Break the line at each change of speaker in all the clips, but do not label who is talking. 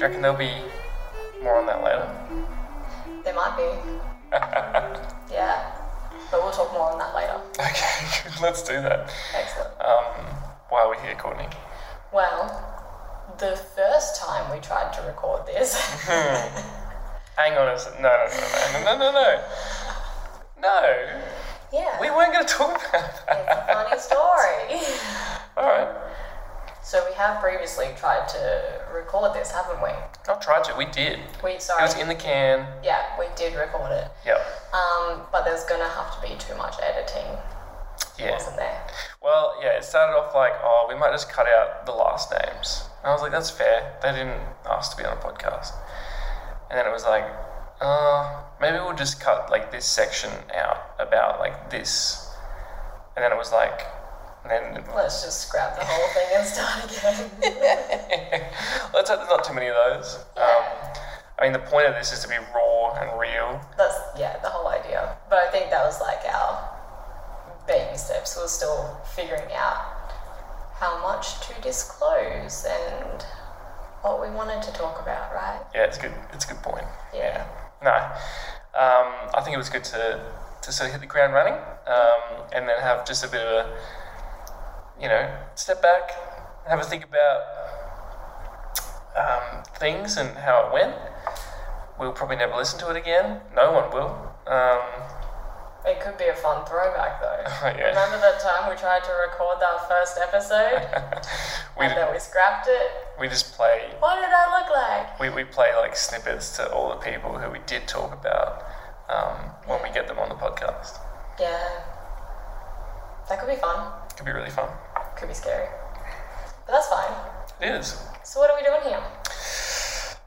and there'll be more on that later.
There might be. Yeah. But we'll talk more on that later.
Okay, good, let's do that.
Excellent.
Um, why are we here, Courtney?
Well, the first time we tried to record this,
Hang on a sec. No, no, no, no, no, no, no, no. No,
yeah,
we weren't going to talk about that.
it's a funny story.
All right.
so we have previously tried to record this, haven't we?
I'll try to. We did.
We
It
sorry,
was in the can.
yeah, we did record it.
Yep.
Um, but there's gonna have to be too much editing,
Yeah.
wasn't there?
Well, yeah, it started off like, oh, we might just cut out the last names. And I was like, that's fair. They didn't ask to be on a podcast. And then it was like, uh, maybe we'll just cut like this section out about like this. And then it was like, and then
Let's just scrap the whole thing and start again.
let's hope there's not too many of those. Um, I mean, the point of this is to be raw and real.
That's yeah, the whole idea. But I think that was like our baby steps. We were still figuring out how much to disclose and what we wanted to talk about, right?
Yeah, it's good. It's a good point.
Yeah.
No, um, I think it was good to, to sort of hit the ground running um, and then have just a bit of a, you know, step back, have a think about um, things and how it went. We'll probably never listen to it again. No one will. Um,
It could be a fun throwback though.
yeah.
Remember that time we tried to record that first episode
we,
and then we scrapped it?
we just play
What did I look like?
we, we play like snippets to all the people who we did talk about um, when we get them on the podcast.
Yeah. That could be fun.
Could be really fun.
Could be scary. But that's fine.
It is.
So what are we doing here?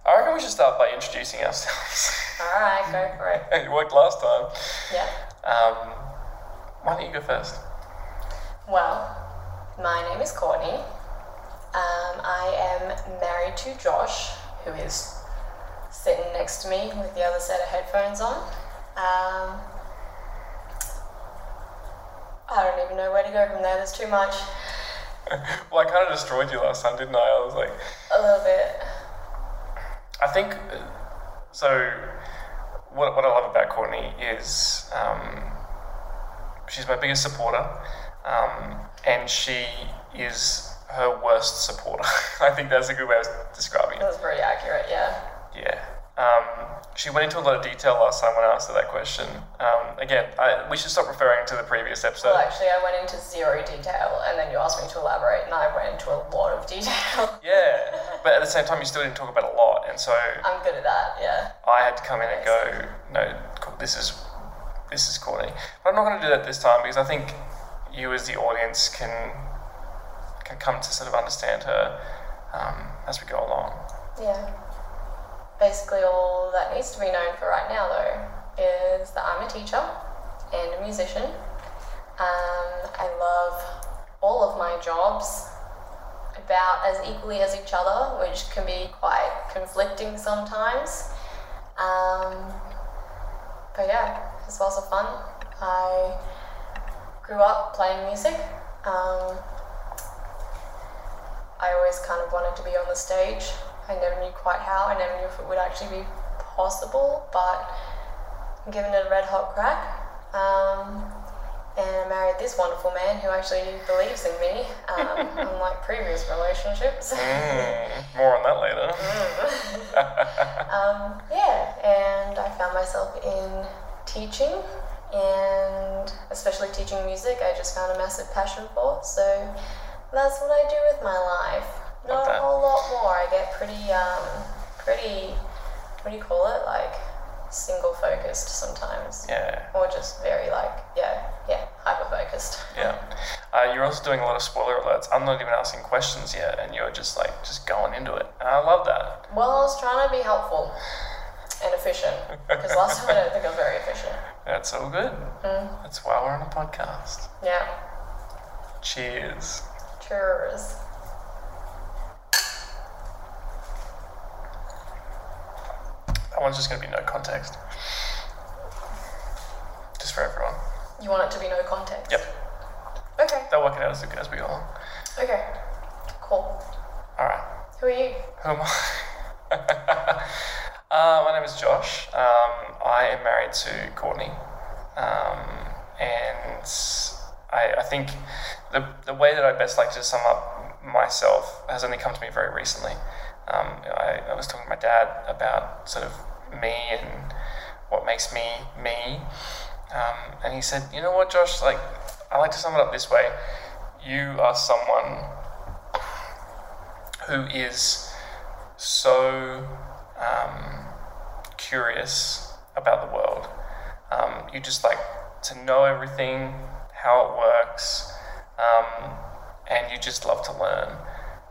I reckon we should start by introducing ourselves.
Alright, go for it.
it worked last time.
Yeah.
Um, why don't you go first?
Well, my name is Courtney. Um, I am married to Josh, who is sitting next to me with the other set of headphones on. Um, I don't even know where to go from there. There's too much.
Well, I kind of destroyed you last time, didn't I? I was like,
A little bit.
I think uh, so. What, what I love about Courtney is um, she's my biggest supporter, um, and she is her worst supporter. I think that's a good way of describing
That
it.
was pretty accurate, yeah.
Yeah. Um, she went into a lot of detail last time when I asked her that question. Um, again, I, we should stop referring to the previous episode.
Well, actually, I went into zero detail, and then you asked me to elaborate, and I went into a lot of detail.
Yeah, but at the same time, you still didn't talk about a lot, and so
I'm good at that, yeah.
I had to come in and go, no, cool, this is this is corny. But I'm not going to do that this time because I think you, as the audience, can can come to sort of understand her um, as we go along.
Yeah. Basically, all that needs to be known for right now, though, is that I'm a teacher and a musician. Um, I love all of my jobs about as equally as each other, which can be quite conflicting sometimes. Um, but yeah, it's lots of fun. I grew up playing music. Um, I always kind of wanted to be on the stage. I never knew quite how. I never knew if it would actually be possible, but I'm giving it a red hot crack. Um, and I married this wonderful man who actually believes in me, um, unlike previous relationships.
Mm, more on that later.
Um, yeah, and I found myself in teaching, and especially teaching music, I just found a massive passion for. So that's what I do with my life. Not
Okay.
a whole lot more. I get pretty, um, pretty, what do you call it? Like single focused sometimes,
Yeah,
or just very like, yeah, yeah, hyper focused.
yeah. Uh, you're also doing a lot of spoiler alerts. I'm not even asking questions yet, and you're just like just going into it. And I love that.
Well, I was trying to be helpful and efficient because last time I don't think I was very efficient.
That's all good. That's why we're on a podcast.
Yeah.
Cheers.
Cheers.
That one's just going to be no context. Just for everyone.
You want it to be no context?
Yep.
Okay.
They'll work it out as, as we go along.
Okay. Cool.
All right.
Who are you?
Who am I? Uh, name is Josh. Um, I am married to Courtney, um, and I, I think the the way that I best like to sum up myself has only come to me very recently. Um, I, I was talking to my dad about sort of me and what makes me me, um, and he said, "You know what, Josh? Like, I like to sum it up this way: you are someone who is so um, curious about the world. Um, you just like to know everything, how it works, um, and you just love to learn."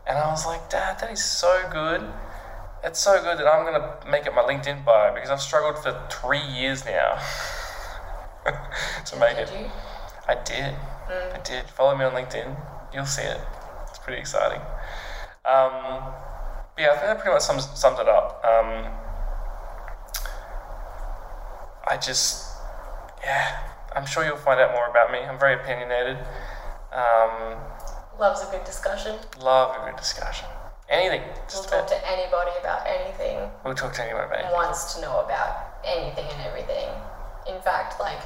And I was like, "Dad, that is so good." It's so good that I'm gonna make it my LinkedIn bio because I've struggled for three years now to make
Did
it.
you?
I did.
Mm.
I did. Follow me on LinkedIn. You'll see it. It's pretty exciting. Um, but yeah, I think that pretty much sums, sums it up. Um, I just, yeah, I'm sure you'll find out more about me. I'm very opinionated. Um,
Loves a good discussion.
love a good discussion. Anything.
We'll
Just
talk
about,
to anybody about anything.
we'll talk to anyone about it.
wants to know about anything and everything. In fact, like,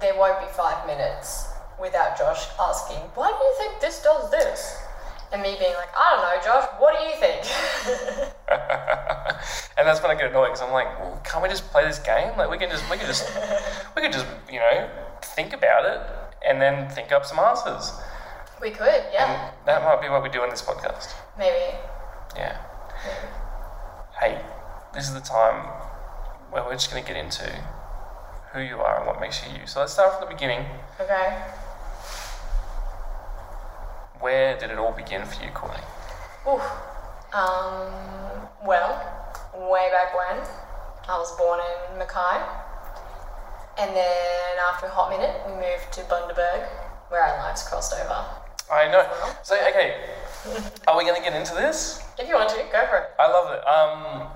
there won't be five minutes without Josh asking, why do you think this does this? And me being like, I don't know, Josh, what do you think?
and that's when I get annoyed because I'm like, well, can't we just play this game? Like we can just we can just we can just you know think about it and then think up some answers.
we could, yeah.
And that might be what we do in this podcast.
Maybe.
Yeah. Hey, this is the time where we're just gonna get into who you are and what makes you you. So let's start from the beginning.
Okay.
Where did it all begin for you, Courtney?
Oof. Um, well, way back when, I was born in Mackay. And then after a hot minute, we moved to Bundaberg, where our lives crossed over.
I know. So okay, are we gonna get into this?
If you want to, go for it.
I love it. Um,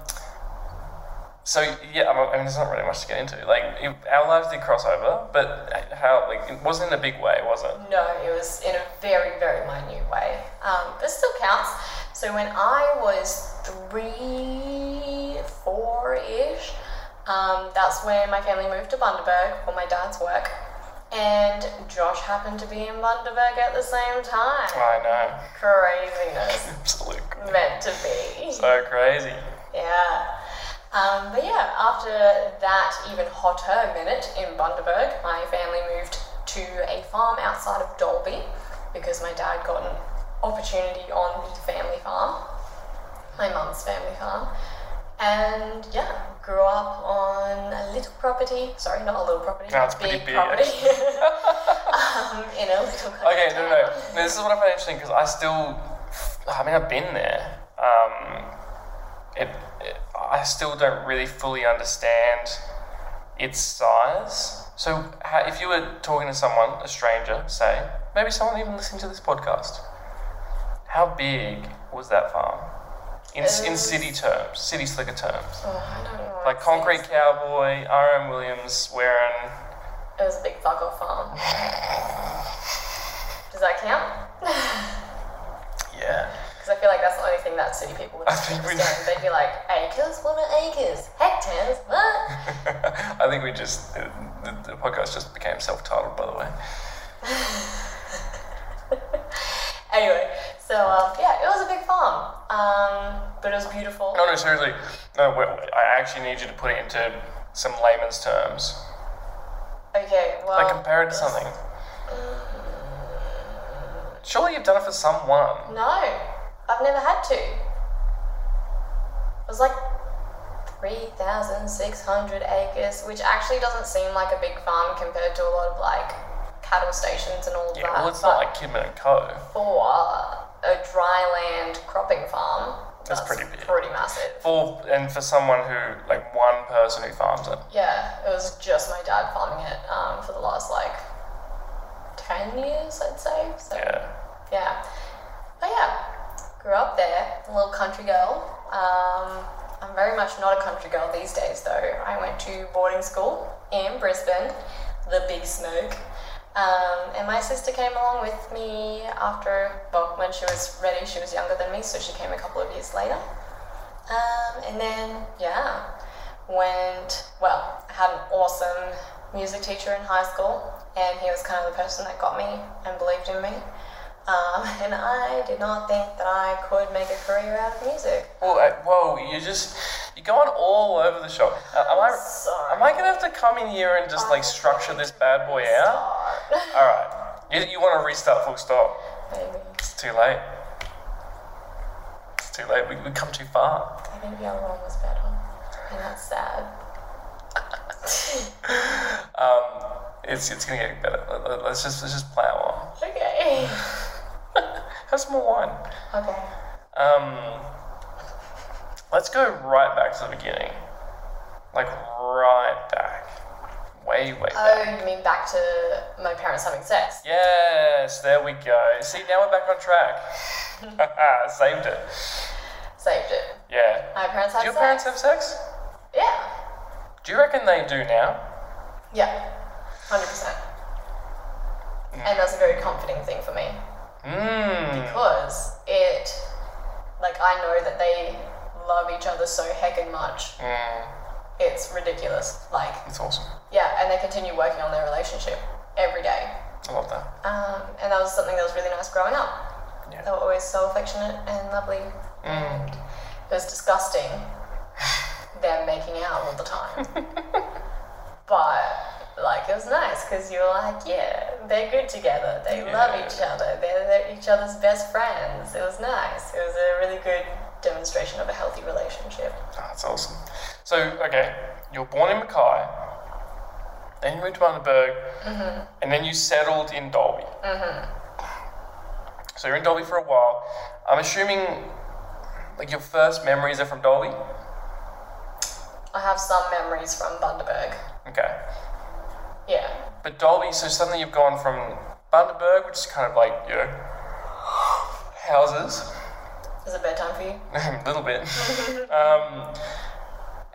so yeah, I mean, I mean, there's not really much to get into. Like, it, our lives did cross over, but how? Like, it wasn't in a big way, was it?
No, it was in a very, very minute way. Um, but still counts. So when I was three, four ish, um, that's when my family moved to Bundaberg for my dad's work. And Josh happened to be in Bundaberg at the same time.
I
Craziness.
know. Absolutely
Meant to be.
so uh, crazy.
Yeah. Um, but yeah, after that even hotter minute in Bundaberg, my family moved to a farm outside of Dolby because my dad got an opportunity on the family farm, my mum's family farm. And yeah, grew up on a little property. Sorry, not a little property.
No, it's
a
pretty
big,
big,
property. um, in a little.
Okay,
country
no, no,
town.
no. This is what I find interesting because I still, I mean, I've been there. Um, it, it, I still don't really fully understand its size. So, how, if you were talking to someone, a stranger, say, maybe someone even listening to this podcast, how big was that farm? In, s in
Um,
city terms, city slicker terms.
Oh, I don't know. what
Like
it's-
Concrete Cowboy, R.M. Williams wearing.
It was a big fuck off farm. Does that count?
Yeah.
Because I feel like that's the only thing that city people would
I think we-
understand. They'd be like, acres, what are acres? Hectares, what?
I think we just the, the podcast just became self-titled, by the way.
anyway, so um, yeah, it was a big farm. Um, but it was beautiful.
No, no, seriously. No, wait, wait, I actually need you to put it into some layman's terms.
Okay, well.
Like compare it to something. Surely you've done it for someone.
No, I've never had to. It was like 3,600 acres, which actually doesn't seem like a big farm compared to a lot of like cattle stations and all of
Yeah,
that.
well, it's
but-
not like Kidman and Co.
for a dry land cropping farm.
That's pretty big.
Pretty massive.
For and for someone who like one person who farms it.
Yeah, it was just my dad farming it um, for the last like ten years, I'd say. So
Yeah.
yeah. But yeah, grew up there, a little country girl. Um, I'm very much not a country girl these days, though. I went to boarding school in Brisbane, the big smoke. Um, and my sister came along with me after, well, when she was ready, she was younger than me, so she came a couple of years later. Um, and then, yeah, went well. I had an awesome music teacher in high school, and he was kind of the person that got me and believed in me. Um, and I did not think that I could make a career out of music.
Well, uh, whoa, you just you're going all over the shop. Uh, am I
Sorry.
am I gonna have to come in here and just like structure this bad boy out?
Start.
All right, you, you want to restart full stop?
Maybe.
It's too late. It's too late. We we come too far.
I think the other one was better, and that's sad.
Um, it's it's gonna get better. Let- let- Let's just let's just plow
Okay.
on. have some more wine.
Okay.
Um, let's go right back to the beginning. Like right back. Way, way back.
Oh, you mean back to my parents having sex?
Yes, there we go. See, now we're back on track. Saved it.
Saved it.
Yeah.
My parents had
Do your
sex.
parents have sex?
Yeah.
Do you reckon they do now?
Yeah. Hundred percent. And that's a very comforting thing for me
Mmm.
because it, like, I know that they love each other so heckin' much.
Mm,
It's ridiculous. Like,
it's awesome.
yeah, and they continue working on their relationship every day.
I love that.
Um, and that was something that was really nice growing up. They
Yeah.
were always so affectionate and lovely.
Mm.
It was disgusting them making out all the time. but like it was nice because you were like, yeah, they're good together. They
Yeah.
love each other. They're, they're each other's best friends. It was nice. It was a really good demonstration of a healthy relationship.
Ah, That's awesome. So, okay, you're born in Mackay, then you moved to Bundaberg, and then you settled in Dolby. So you're in Dolby for a while. I'm assuming, like, your first memories are from Dolby.
I have some memories from Bundaberg.
Okay,
Yeah.
but Dolby. So suddenly you've gone from Bundaberg, which is kind of like you know, houses,
Is it bedtime for you?
a little bit. um,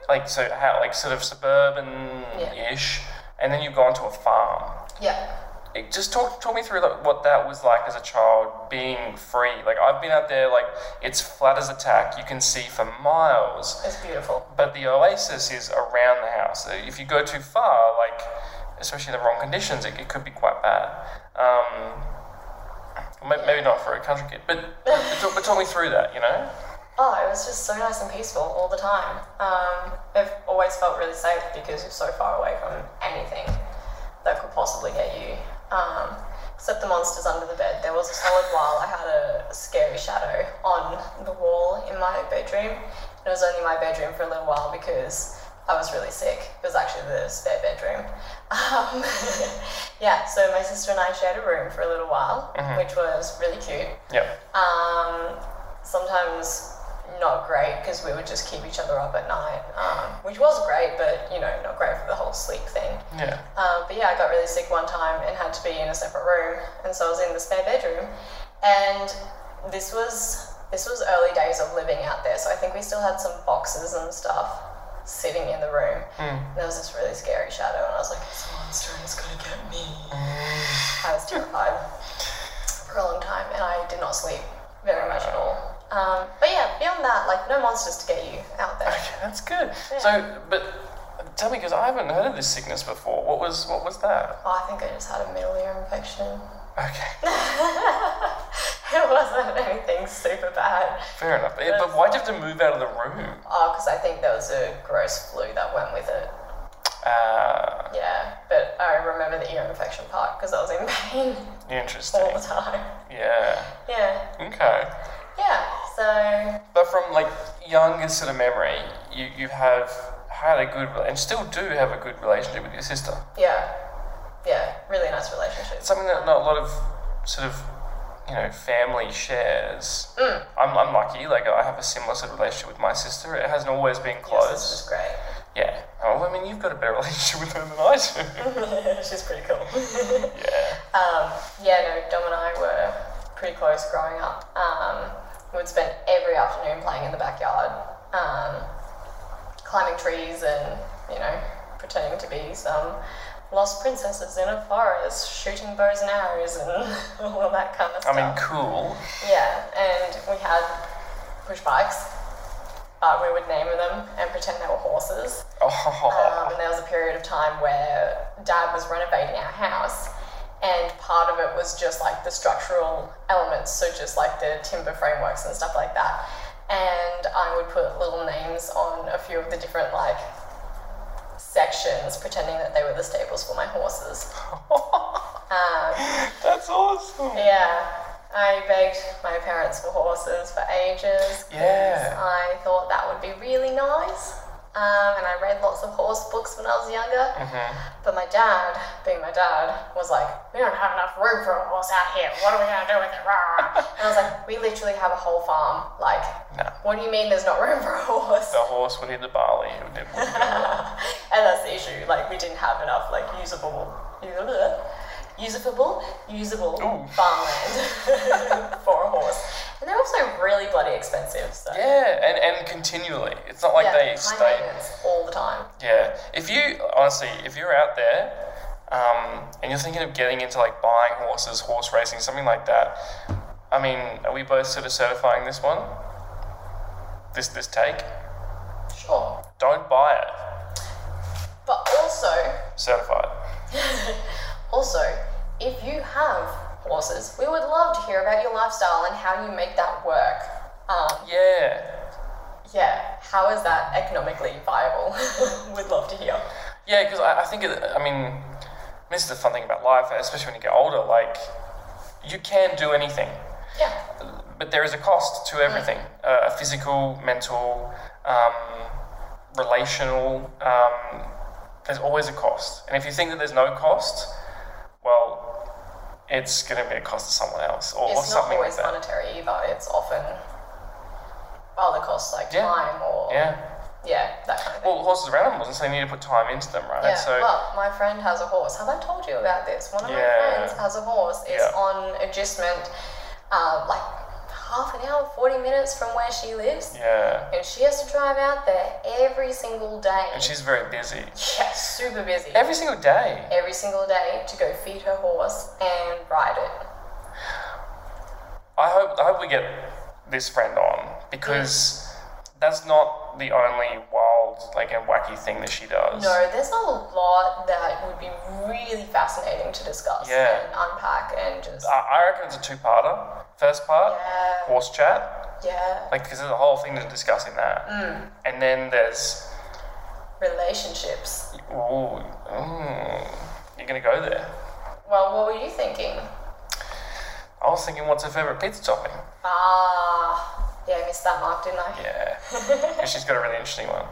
like so, how like sort of suburban-ish, and then you've gone to a farm.
Yeah.
It- just talk talk me through like, what that was like as a child being free like i've been out there like it's flat as a tack you can see for miles
It's beautiful.
but the oasis is around the house So if you go too far like especially in the wrong conditions it, it could be quite bad um, may- maybe not for a country kid but, but, talk, but talk me through that you know
Oh, it was just so nice and peaceful all the time. Um, I've always felt really safe because you're so far away from anything that could possibly get you. Um, except the monsters under the bed. There was a solid while I had a scary shadow on the wall in my bedroom. And it was only my bedroom for a little while because I was really sick. It was actually the spare bedroom. Um, yeah, so my sister and I shared a room for a little while, which was really cute
yeah
um, sometimes not great because we would just keep each other up at night, um, which was great, but you know, not great for the whole sleep thing.
yeah
Um, but yeah, I got really sick one time and had to be in a separate room, and so I was in the spare bedroom, and this was this was early days of living out there, so I think we still had some boxes and stuff sitting in the room. And there was this really scary shadow, and I was like, "It's a monster, and it's gonna get me." I was terrified for a long time, and I did not sleep very much at all. Um, but yeah, beyond that, like no monsters to get you out there.
okay that's good so but tell me because i haven't heard of this sickness before what was what was that
Oh, I think I just had a middle ear infection.
okay
it wasn't anything super bad.
fair enough Eh, but why'd you have to move out of the room
Oh, because I think there was a gross flu that went with it.
Ah,
Yeah, but I remember the ear infection part because I was in pain
interesting.
all the time.
Yeah.
Yeah,
Okay.
yeah. So
But from like youngest sort of memory, you, you have had a good rela- and still do have a good relationship with your sister.
yeah, yeah, really nice relationship.
It's something that not a lot of sort of you know family shares. I'm, I'm lucky. Like I have a similar sort of relationship with my sister. It hasn't always been
This
close.
is great.
Yeah. Oh, I mean, you've got a better relationship with her than I do.
She's pretty cool.
yeah.
Um, yeah, no, Dom and I were pretty close growing up. Um, we would spend every afternoon playing in the backyard, um, climbing trees and, you know, pretending to be some lost princesses in a forest, shooting bows and arrows and all that kind of
I
stuff.
mean, cool.
yeah, and we had push bikes uh, we would name them and pretend they were horses. Um,
Oh,
and there was a period of time where dad was renovating our house, and part of it was just like the structural elements, so just like the timber frameworks and stuff like that. And I would put little names on a few of the different like sections, pretending that they were the stables for my horses. Um,
that's awesome.
yeah, I begged my parents for horses for ages. 'cause
Yeah.
I thought that would be really nice. Um, and I read lots of horse books when I was younger.
Mm-hmm.
But my dad, being my dad, was like, We don't have enough room for a horse out here. What are we going to do with it? Rah, rah." and I was like, We literally have a whole farm. Like,
No.
what do you mean there's not room for a horse?
The horse would hit the barley. It would
and that's the issue. Like, we didn't have enough, like, usable, usable, usable
Ooh.
farmland for a horse. And they're also really bloody expensive. So,
yeah, and, and continually. It's not like
Yeah,
they
high
stay.
maintenance all the time.
Yeah. If you honestly, if you're out there, um, and you're thinking of getting into like buying horses, horse racing, something like that. I mean, are we both sort of certifying this one? This this take?
Sure.
Don't buy it.
But also,
Certified.
also, if you have horses, we would love to hear about your lifestyle and how you make that work. Um,
Yeah.
yeah, how is that economically viable? We'd love to hear.
Yeah, because I, I think it, I mean, this is the fun thing about life, especially when you get older. Like, you can do anything.
Yeah,
but there is a cost to everything
Mm.
uh, a physical mental um, relational um, there's always a cost and if you think that there's no cost well it's going to be a cost to someone else or, or
it's not
something like
always
that
monetary either. It's often other costs like
Yeah.
time or yeah.
yeah
that kind of thing.
well horses are animals and so you need to put time into them right
yeah.
so
well, my friend has a horse. Have I told you about this? One of
Yeah.
my friends has a horse. It's
Yeah.
on adjustment, um, like half an hour, forty minutes from where she lives.
yeah
And she has to drive out there every single day.
and she's very busy
yeah, super busy.
every single day
Every single day to go feed her horse and ride it.
I hope I hope we get this friend on because that's not the only wild like and wacky thing that she does
No, there's a lot that would be really fascinating to discuss
Yeah. Uh,
and unpack and just
I I reckon it's a two-parter. First part,
yeah,
horse chat,
yeah.
like because there's a whole thing to discuss in that. And then there's,
Relationships.
ooh, mm, you're gonna go there.
Well, what were you thinking?
I was thinking, what's her favorite pizza topping?
Ah, yeah, I missed that mark, didn't I?
Yeah, 'Cause she's got a really interesting one.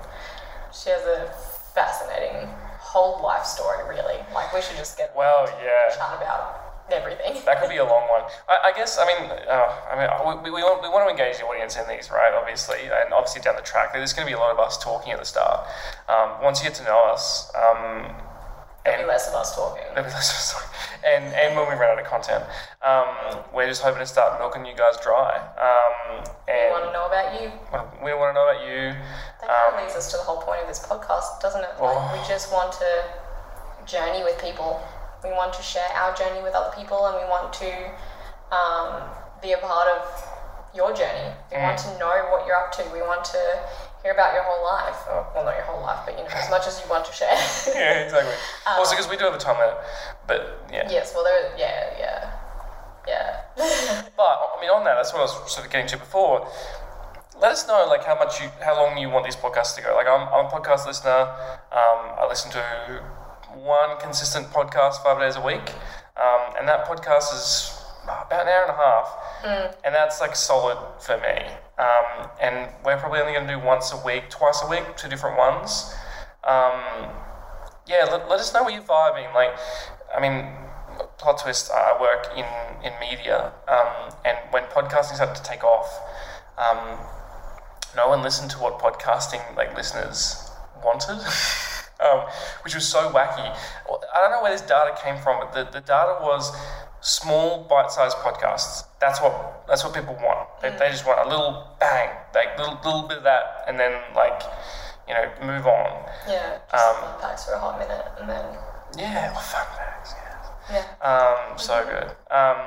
She has a fascinating whole life story, really. Like we should just get
Well, yeah,
chat about everything.
that could be a long one. I, I guess. I mean, uh, I mean, we, we, we want we want to engage the audience in these, right? Obviously, and obviously down the track, there's gonna be a lot of us talking at the start. Um, once you get to know us, um,
There'll be less of us talking.
Let me- let's just- sorry. And and when we run out of content, um, we're just hoping to start milking you guys dry. Um,
We want to
and
know about you.
we want to know about you.
That kind of
Um,
leads us to the whole point of this podcast, doesn't it? Like we
Oh.
just want to journey with people. We want to share our journey with other people, and we want to um, be a part of your journey.
Mm.
We want to know what you're up to. We want to hear about your whole life. Or, well, not your whole life, but you know, as much as you want to share.
yeah, exactly. also, because we do have a time limit, but Uh, yeah.
Yes, well, there. Yeah, yeah, yeah.
But I mean, on that, that's what I was sort of getting to before. Let us know like how much you, how long you want these podcasts to go. Like I'm, I'm a podcast listener. Um, I listen to one consistent podcast five days a week, um, and that podcast is about an hour and a half, and that's like solid for me. Um, and we're probably only going to do once a week, twice a week, two different ones. Um, yeah, let, let us know what you're vibing. Like, I mean, plot twist. I work in in media, um, and when podcasting started to take off, um, no one listened to what podcasting like listeners wanted, um, which was so wacky. I don't know where this data came from, but the, the data was small bite-sized podcasts. That's what that's what people want. They, they just want a little bang, like little little bit of that, and then like you know move on.
yeah. Just
Um,
packs for a hot minute, and then
Yeah, well, fun facts. Yeah.
yeah.
Um, so good. Um,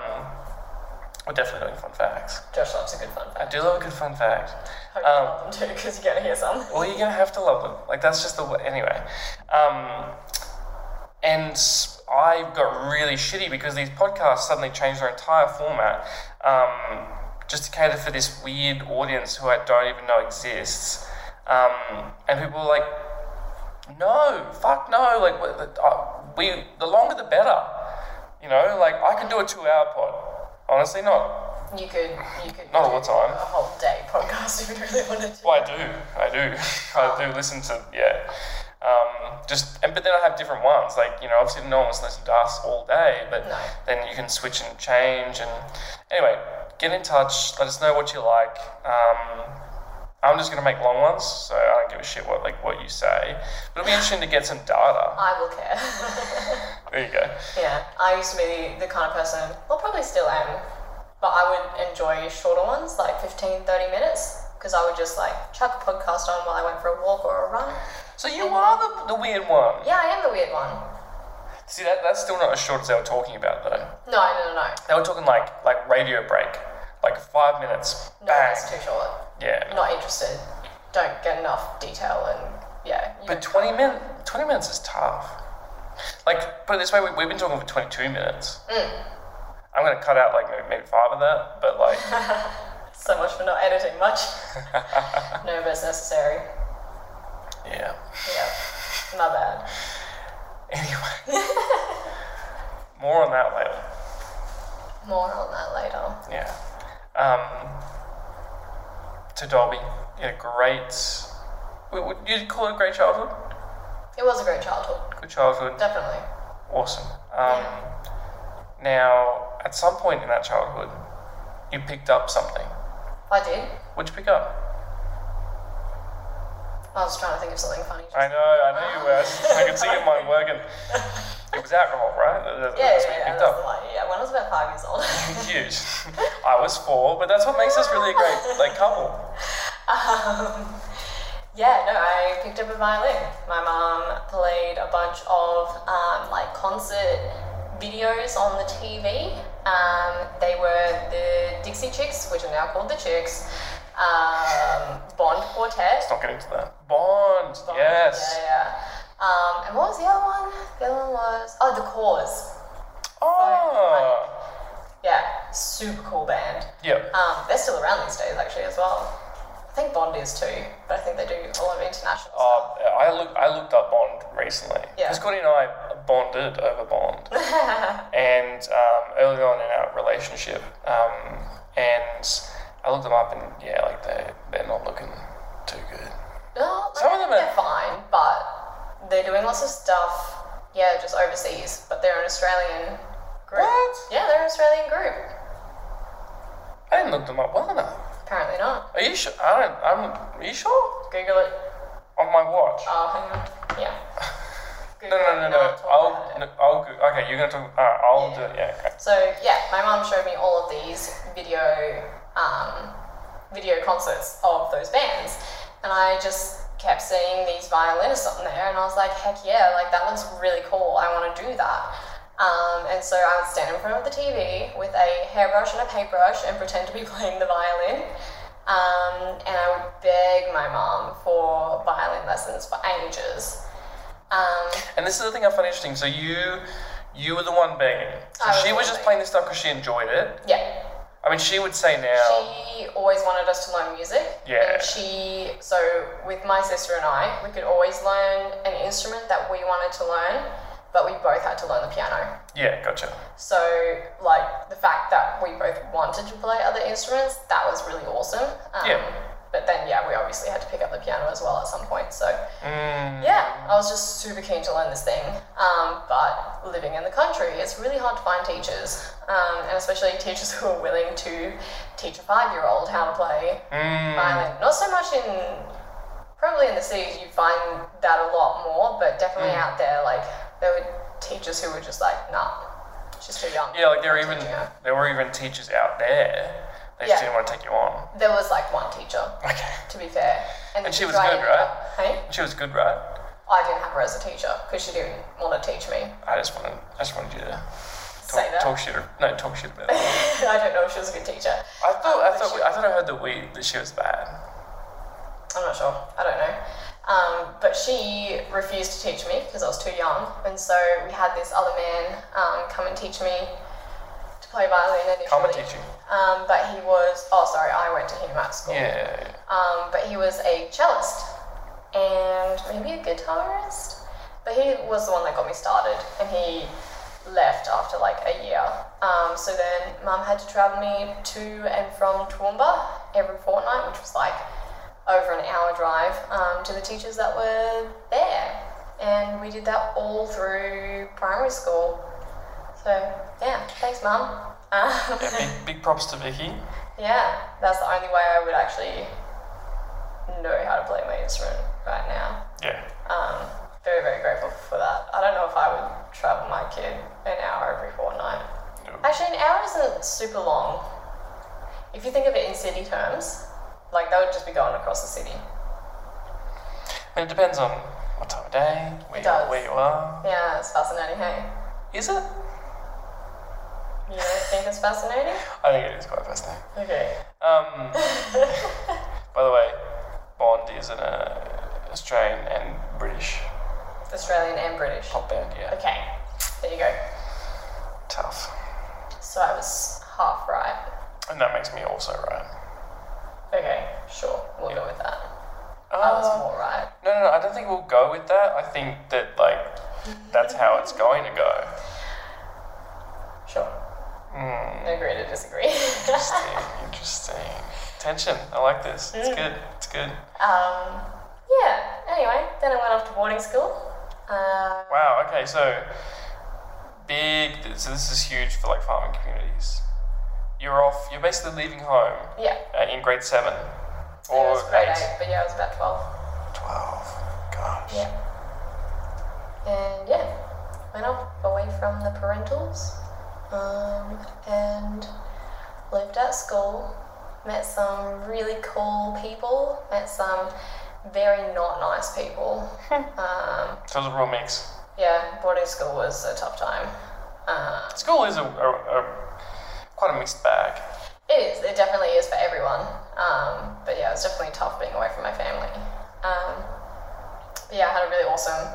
We're definitely doing fun facts.
Josh loves a good fun
I
fact.
do love a good fun fact.
Hope you
Um,
love them too, because you're gonna hear some.
Well, you're gonna have to love them. Like that's just the way. Anyway, um, and s- I got really shitty because these podcasts suddenly changed their entire format um, just to cater for this weird audience who I don't even know exists. Um, and people were like, "No, fuck no! Like what- the- uh, we, the longer the better. You know, like I can do a two-hour pod. Honestly, not.
You could, you could.
Not
do
all the time.
A whole day podcast if you really wanted to.
Well, I do. I do. I do listen to yeah. Um, just and but then I have different ones. Like you know, obviously no one wants to listen to us all day, but
No.
then you can switch and change. And anyway, get in touch. Let us know what you like. Um, I'm just gonna make long ones, so I don't give a shit what like what you say. But it'll be interesting to get some data.
I will care.
There you go.
Yeah, I used to be the kind of person, well, probably still am, but I would enjoy shorter ones, like 15, 30 minutes, because I would just like chuck a podcast on while I went for a walk or a run.
So you are the, the weird one.
Yeah, I am the weird one.
See that that's still not as short as they were talking about though.
No, no, no, no.
They were talking like like radio break, like five minutes.
No,
Bang.
that's too short.
Yeah.
Not interested. Don't get enough detail and yeah. you
But 20,
don't-
min- 20 minutes is tough. Like, put it this way, we, we've been talking for 22 minutes. I'm going to cut out, like, maybe, maybe five of that, but, like,
so much for not editing much. no, but it's necessary.
yeah.
Yeah, my bad.
Anyway. More on that later.
More on that later.
Yeah. Um, to Dolby, yeah, great. Would would you call it a great childhood?
It was a great childhood,
Good childhood.
definitely.
Awesome. Um, now, at some point in that childhood, you picked up something.
I did.
What'd you pick up?
I was trying to think of something funny.
I know, I know you were. I could see your mind working. It was alcohol, right? That- that-
Yeah,
That's what you
yeah, yeah,
picked
that's
up.
like, yeah. When I was about five years old,
Huge. I was four, but that's what makes us really a great like couple.
um, yeah, no, I picked up a violin. My mum played a bunch of um, like concert videos on the TV. Um, they were the Dixie Chicks, which are now called the Chicks, um, Bond Quartet.
Let's not get into that. Bond, yes.
Yeah, yeah. Um, and what was the other one? The other one was oh, the Cause.
Oh,
Yeah, super cool band.
yep.
Um, they're still around these days, actually, as well. I think Bond is too, but I think they do a lot of international
Uh,
stuff.
I look, I looked up Bond recently
Yeah.
because Scotty and I bonded over Bond, and um, early on in our relationship, um, and I looked them up, and yeah, like they they're not looking too good.
No, like,
some of them
they're
are-
fine, but they're doing lots of stuff. Yeah, just overseas, but they're an Australian group.
What?
Yeah, they're an Australian group.
I didn't look them up well enough.
Apparently not.
Are you sure? I don't. I'm. Are you sure?
Google it.
On my watch.
Oh, hang on. Yeah.
no, no, no, no.
Now talk about
I'll.
it.
No, I'll. Go, okay, you're gonna talk. Uh, I'll
Yeah.
do it. Yeah. Okay.
So yeah, my mum showed me all of these video um, video concerts of those bands, and I just kept seeing these violinists on there, and I was like, heck yeah, like that looks really cool. I want to do that. Um, and so I would stand in front of the TV with a hairbrush and a paintbrush and pretend to be playing the violin. Um, and I would beg my mum for violin lessons for ages. Um,
And this is the thing I find interesting. So you, you were the one begging. So
I was
she
the
was
one
just
begging.
playing this stuff because she enjoyed it.
yeah,
I mean, she would say now.
She always wanted us to learn music.
Yeah.
And she, so with my sister and I, we could always learn an instrument that we wanted to learn, but we both had to learn the piano.
yeah. Gotcha.
So, like, the fact that we both wanted to play other instruments, that was really awesome. Um,
Yeah.
But then, yeah, we obviously had to pick up the piano as well at some point. So,
Mm,
yeah, I was just super keen to learn this thing. Um, but living in the country, it's really hard to find teachers, um, and especially teachers who are willing to teach a five-year-old how to play
mm,
violin. Not so much in probably in the cities you find that a lot more, but definitely
Mm.
out there, like there were teachers who were just like, nah, she's too young.
yeah. Like there were even
Teaching her.
there were even teachers out there. They just
Yeah.
didn't want to take you on.
There was like one teacher,
Okay.
to be fair,
And she
the
was
teacher I
good,
ended
right?
up- Hey,
She was good, right?
I didn't have her as a teacher because she didn't want to teach me.
I just wanted. I just wanted you to. Talk,
say that.
talk shit. or- No, talk shit about. It.
I don't know if she was a good teacher.
I thought I
but
thought
she-
we, I thought I heard that we that she was bad.
I'm not sure. I don't know. Um, but she refused to teach me because I was too young, and so we had this other man um, come and teach me to play violin initially.
Karma teaching.
Um, but he was oh sorry, I went to him at school.
Yeah.
Um, but he was a cellist and maybe a guitarist. But he was the one that got me started, and he left after like a year. Um, so then mum had to travel me to and from Toowoomba every fortnight, which was like over an hour drive um, to the teachers that were there. And we did that all through primary school. So yeah, thanks mum. Um,
Yeah. Big, big props to Vicky.
yeah, that's the only way I would actually know how to play my instrument right now.
Yeah.
Um, very, very grateful for that. I don't know if I would travel my kid an hour every fortnight.
No.
Actually, an hour isn't super long. If you think of it in city terms, like that would just be going across the city.
I mean, it depends on what time of day, where,
It
you,
does.
where you are.
Yeah, it's fascinating, hey?
Is it?
You don't think it's fascinating?
I think it is quite fascinating.
Okay.
Um, by the way, Bond is an uh, Australian and British
Australian and British.
pop band. Yeah.
Okay, there you go.
Tough.
So I was half right.
And that makes me also right.
Okay, sure, we'll go with that. I was
Uh,
more right.
no, no, no. I don't think we'll go with that. I think that like that's how it's going to go.
Sure.
Mm.
Agree to disagree.
Interesting, interesting. Tension. I like this.
Mm.
It's good. It's good.
um, yeah, anyway, then I went off to boarding school. Uh,
Wow. Okay. So big. So this is huge for like farming communities. You're off. You're basically leaving home
yeah,
uh, in grade seven
so it
or
was grade
eight.
eight, but yeah, I was about 12.
Twelve. Gosh.
Yeah. And yeah, went off away from the parentals um, and lived at school. Met some really cool people, met some very not nice people. um,
So it's a real mix.
yeah, boarding school was a tough time. Uh,
School is a, a, a quite a mixed bag.
It is. It definitely is for everyone. Um, but yeah, it was definitely tough being away from my family. Um, but yeah, I had a really awesome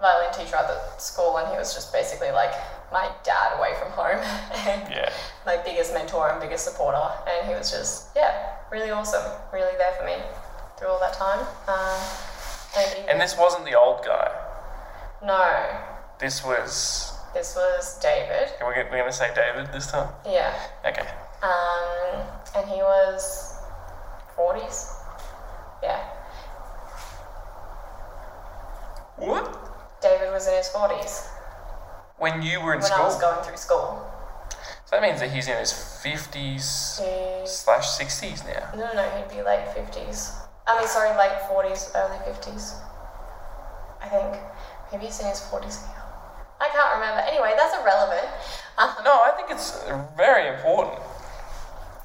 violin teacher at the school, and he was just basically like my dad away from home, and
Yeah.
my biggest mentor and biggest supporter. And he was just yeah, really awesome, really there for me through all that time. Um, and,
And this wasn't the old guy.
no,
This was.
this was David.
We're gonna, we're gonna say David this time.
Yeah,
Okay.
um, and he was forties. Yeah.
What?
David was in his 40s
When you were in
when
school.
I was going through school.
So that means that he's in his fifties
He's,
slash sixties now.
no, no, no, he'd be late 50s. I mean, sorry, late 40s, early 50s. I think. Maybe he's in his 40s now. I can't remember. Anyway, that's irrelevant. Um,
No, I think it's uh, very important.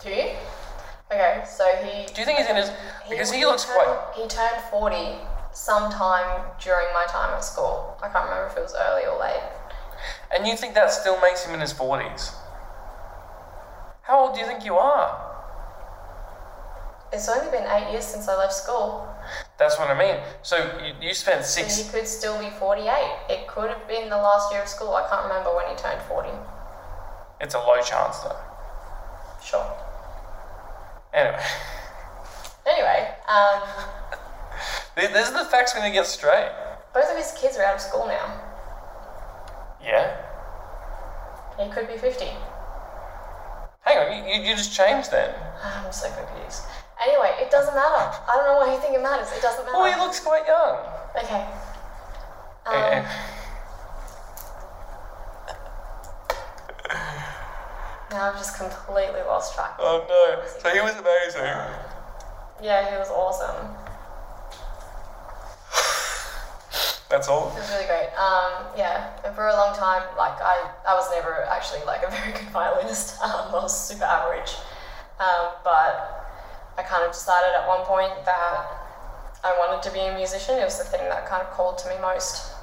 Do you? Okay, so he.
Do you think he's in his? Because he looks
turned,
quite.
He turned 40 sometime during my time at school. I can't remember if it was early or late.
And you think that still makes him in his forties? How old do you think you are?
It's only been eight years since I left school.
That's what I mean. So you, you spent
He
six.
could still be 48. It could have been the last year of school. I can't remember when he turned 40.
It's a low chance though.
Sure.
Anyway,
Anyway, um,
th- these are the facts when you get straight.
both of his kids are out of school now.
Yeah.
He could be 50.
Hang on, you, you, you just changed then.
I'm so confused. Anyway, it doesn't matter. I don't know why you think it matters. It doesn't matter.
Oh, he looks quite young.
okay. Um,
Eh, eh.
Now I've just completely lost track.
Oh no! So he was amazing.
Yeah, he was awesome.
That's all.
It was really great. Um, yeah, and for a long time, like I, I was never actually like a very good violinist. Um, I was super average. Um, but I kind of decided at one point that I wanted to be a musician. It was the thing that kind of called to me most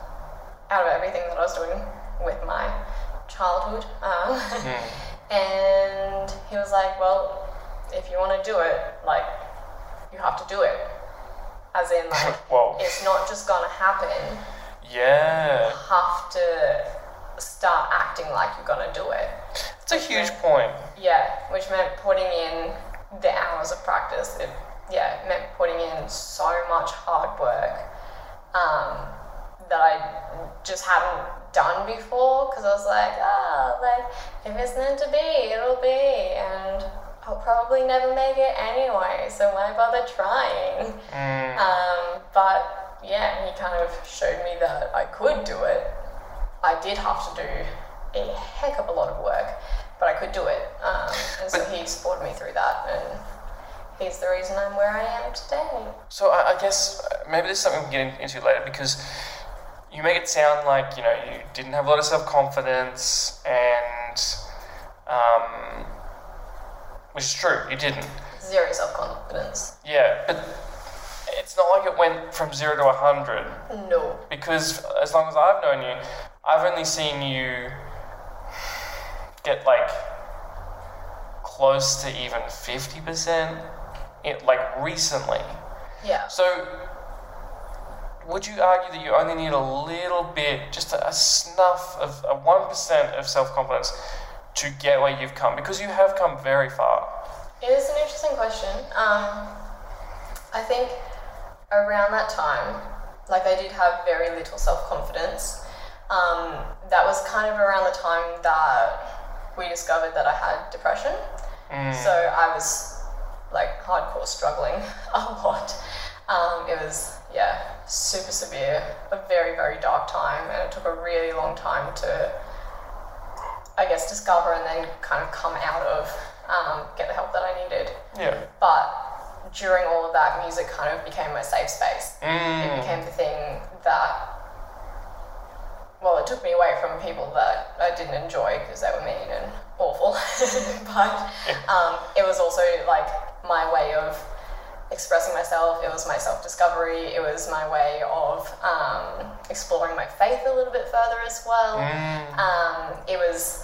out of everything that I was doing with my childhood. Um, and he was like, well, if you want to do it, like, you have to do it. As in, like,
Whoa.
it's not just gonna happen.
Yeah.
You have to start acting like you're gonna do it.
It's a huge point.
Yeah, which meant putting in the hours of practice. It, yeah, it meant putting in so much hard work um, that I just hadn't done before because I was like, ah, like if it's meant to be, it'll be, and I'll probably never make it anyway. So why bother trying?
Mm.
Um, but yeah, he kind of showed me that I could do it. I did have to do a heck of a lot of work, but I could do it. Um, and so
But-
he supported me through that, and he's the reason I'm where I am today.
So I, I guess uh, maybe this is something we can get in- into later because you make it sound like you know you didn't have a lot of self confidence and um, which is true, you didn't.
Zero self confidence.
Yeah, but it's not like it went from zero to a hundred
No.
because as long as I've known you, I've only seen you get like close to even fifty percent, it like recently.
Yeah.
So, would you argue that you only need a little bit, just a, a snuff of a one percent of self confidence, to get where you've come? Because you have come very far.
It is an interesting question. Um, I think around that time, like I did have very little self confidence. Um, that was kind of around the time that we discovered that I had depression. So I was like hardcore struggling a lot. Um, it was, yeah, super severe, a very, very dark time, and it took a really long time to I guess, discover and then kind of come out of, um, get the help that I needed.
Yeah.
But during all of that, music kind of became my safe space. It
Mm.
became the thing that, well, it took me away from people that I didn't enjoy because they were mean and awful. but um, it was also like my way of expressing myself. It was my self discovery. It was my way of um, exploring my faith a little bit further as well. Um, it was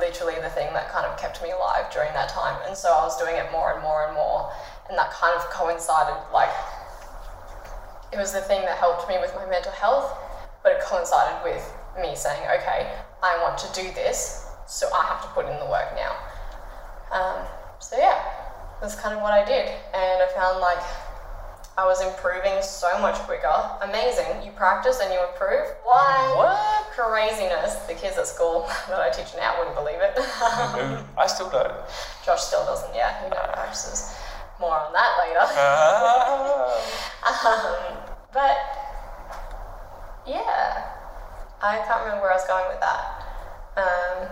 literally the thing that kind of kept me alive during that time. And so I was doing it more and more and more. And that kind of coincided, like, it was the thing that helped me with my mental health, but it coincided with me saying, okay, I want to do this, so I have to put in the work now. Um, so yeah, that's kind of what I did. And I found like I was improving so much quicker. Amazing. You practice and you improve. Why?
What?
craziness. The kids at school that I teach now wouldn't believe it.
No, I still don't.
Josh still doesn't yet. He never practices. More on that later.
Ah.
Um, but yeah, I can't remember where I was going with that. Um,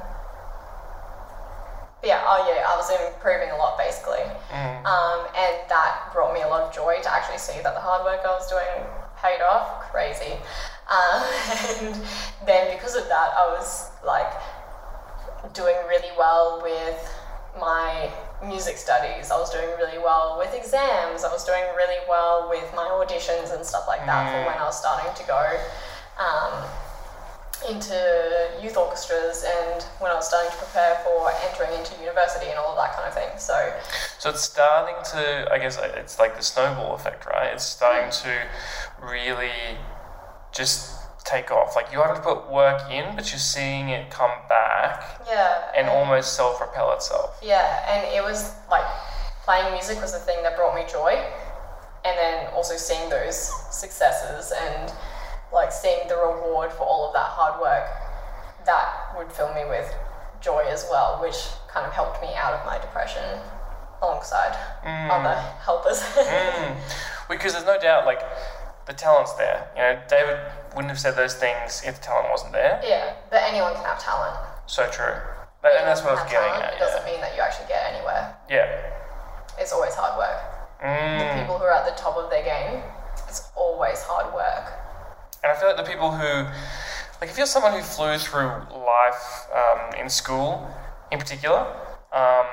but yeah, oh yeah, I was improving a lot basically,
Mm.
um, and that brought me a lot of joy to actually see that the hard work I was doing paid off. Crazy, um, and then because of that, I was like doing really well with my music studies. I was doing really well with exams. I was doing really well with my auditions and stuff like that for when I was starting to go um, into youth orchestras and when I was starting to prepare for entering into university and all of that kind of thing. So,
So it's starting to, I guess, uh, it's like the snowball effect, right? It's starting to really just take off. Like you haven't put work in, but you're seeing it come back
yeah.
and almost self-repel itself.
Yeah, and it was like playing music was the thing that brought me joy, and then also seeing those successes and like seeing the reward for all of that hard work that would fill me with joy as well, which kind of helped me out of my depression alongside other helpers.
Mm. Because there's no doubt, like, the talent's there. You know, David wouldn't have said those things if the talent wasn't there.
yeah, but anyone can have talent.
So true. That, and that's what I was
Have
getting
talent,
at.
It doesn't mean that you actually get anywhere.
Yeah.
It's always hard work.
yeah. Mm.
People who are at the top of their game, it's always hard work.
And I feel like the people who, like, if you're someone who flew through life um, in school, in particular, um,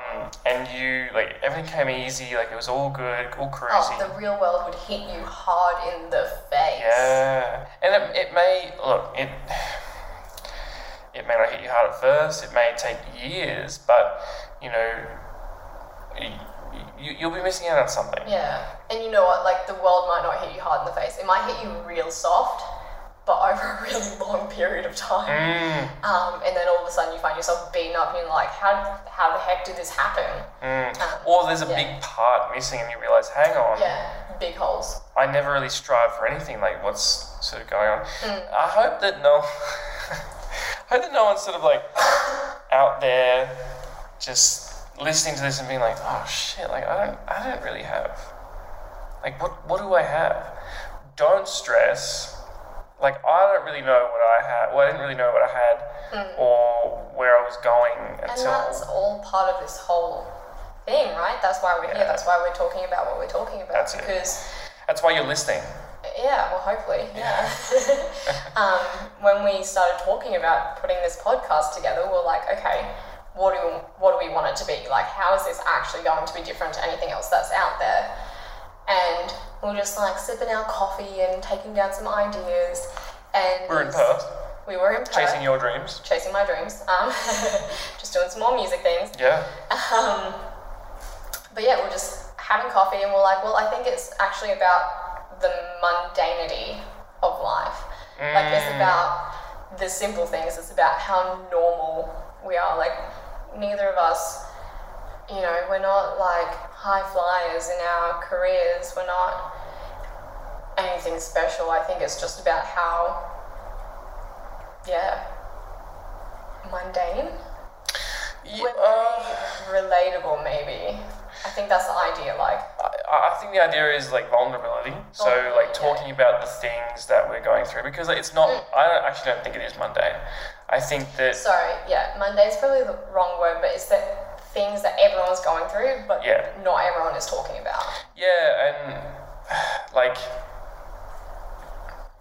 and you like everything came easy, like it was all good, all cruisy.
Oh, the real world would hit you hard in the face.
Yeah, and it, it may look it. It may not hit you hard at first. It may take years, but you know, you, you'll be missing out on something.
Yeah. And you know what? Like the world might not hit you hard in the face. It might hit you real soft, but over a really long period of time.
Mm,
Um, and then all of a sudden you find yourself beaten up and you're like, how, how the heck did this happen?
mm.
Um,
Or there's a
yeah.
big part missing, and you realize, hang on,
Yeah. Big holes.
I never really strive for anything. Like, what's sort of going on?
Mm.
I hope that no, I hope that no one's sort of like out there just listening to this and being like, oh shit, like I don't, I don't really have. Like, what, what do I have? Don't stress. Like, I don't really know what I had. Well, I didn't really know what I had or where I was going
Mm. And
until.
that's all part of this whole thing, right? That's why we're here.
Yeah.
That's why we're talking about what we're talking about.
That's it.
because,
That's why you're listening.
yeah, well, hopefully, yeah. um, when we started talking about putting this podcast together, we we're like, okay, what do we, what do we want it to be? Like, how is this actually going to be different to anything else that's out there? And we we're just like sipping our coffee and taking down some ideas. And
We're in Perth,
We were in Perth,
chasing your dreams.
chasing my dreams. Um, just doing some more music things.
Yeah.
Um, but yeah, we're just having coffee and we're like, well, I think it's actually about the mundanity of life. Like, it's
Mm.
about the simple things, it's about how normal we are. Like, neither of us, you know, we're not like high flyers in our careers, we're not anything special. I think it's just about how, yeah, mundane
Ye-
with
uh,
relatable maybe i think that's the idea like
I, I think the idea is like vulnerability. So
Vulnerability,
like talking about the things that we're going through because like, it's not. I don't, actually don't think it is mundane. I think that
sorry yeah monday's probably the wrong word but it's the things that everyone's going through but
Yeah.
not everyone is talking about
yeah, and like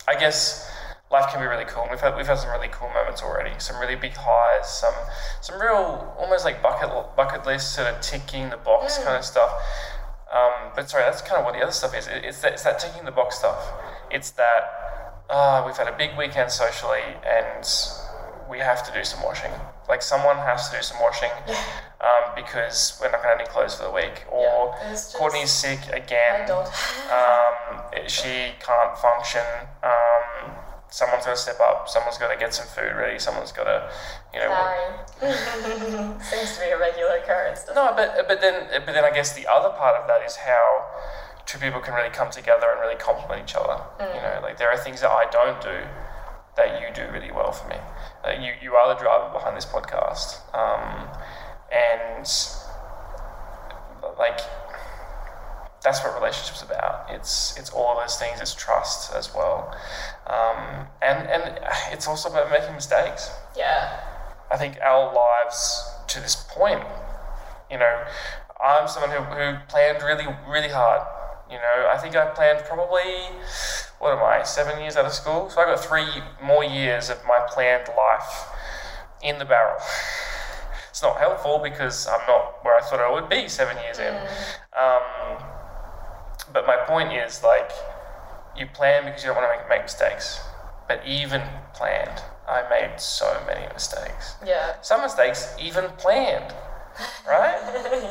I guess life can be really cool. And we've had we've had some really cool moments already. Some really big highs. Some some real almost like bucket bucket list sort of ticking the box
Mm.
kind of stuff. Um, but sorry, that's kind of what the other stuff is. It- It's that, it's that ticking the box stuff. It's that uh, we've had a big weekend socially and we have to do some washing. Like someone has to do some washing um, because we're not going to have any clothes for the week. Or
Yeah, it's just-
Courtney's sick again
my god
um, it- she can't function. Um, someone's got to step up. Someone's got to get some food ready. Someone's got to, you know.
sorry seems to be a regular occurrence doesn't
No, but but then but then I guess the other part of that is how two people can really come together and really complement each other. You know, like there are things that I don't do that you do really well for me. Like you you are the driver behind this podcast, um, and like that's what relationships about. It's it's all those things. It's trust as well, um, and and it's also about making mistakes.
it? yeah
I think our lives to this point, you know, I'm someone who, who planned really, really hard. You know, I think I planned probably, what am I, seven years out of school? So I got three more years of my planned life in the barrel. It's not helpful because I'm not where I thought I would be seven years in. Um, but my point is like, you plan because you don't want to make, make mistakes. But even planned, I made so many mistakes.
yeah
Some mistakes even planned, right?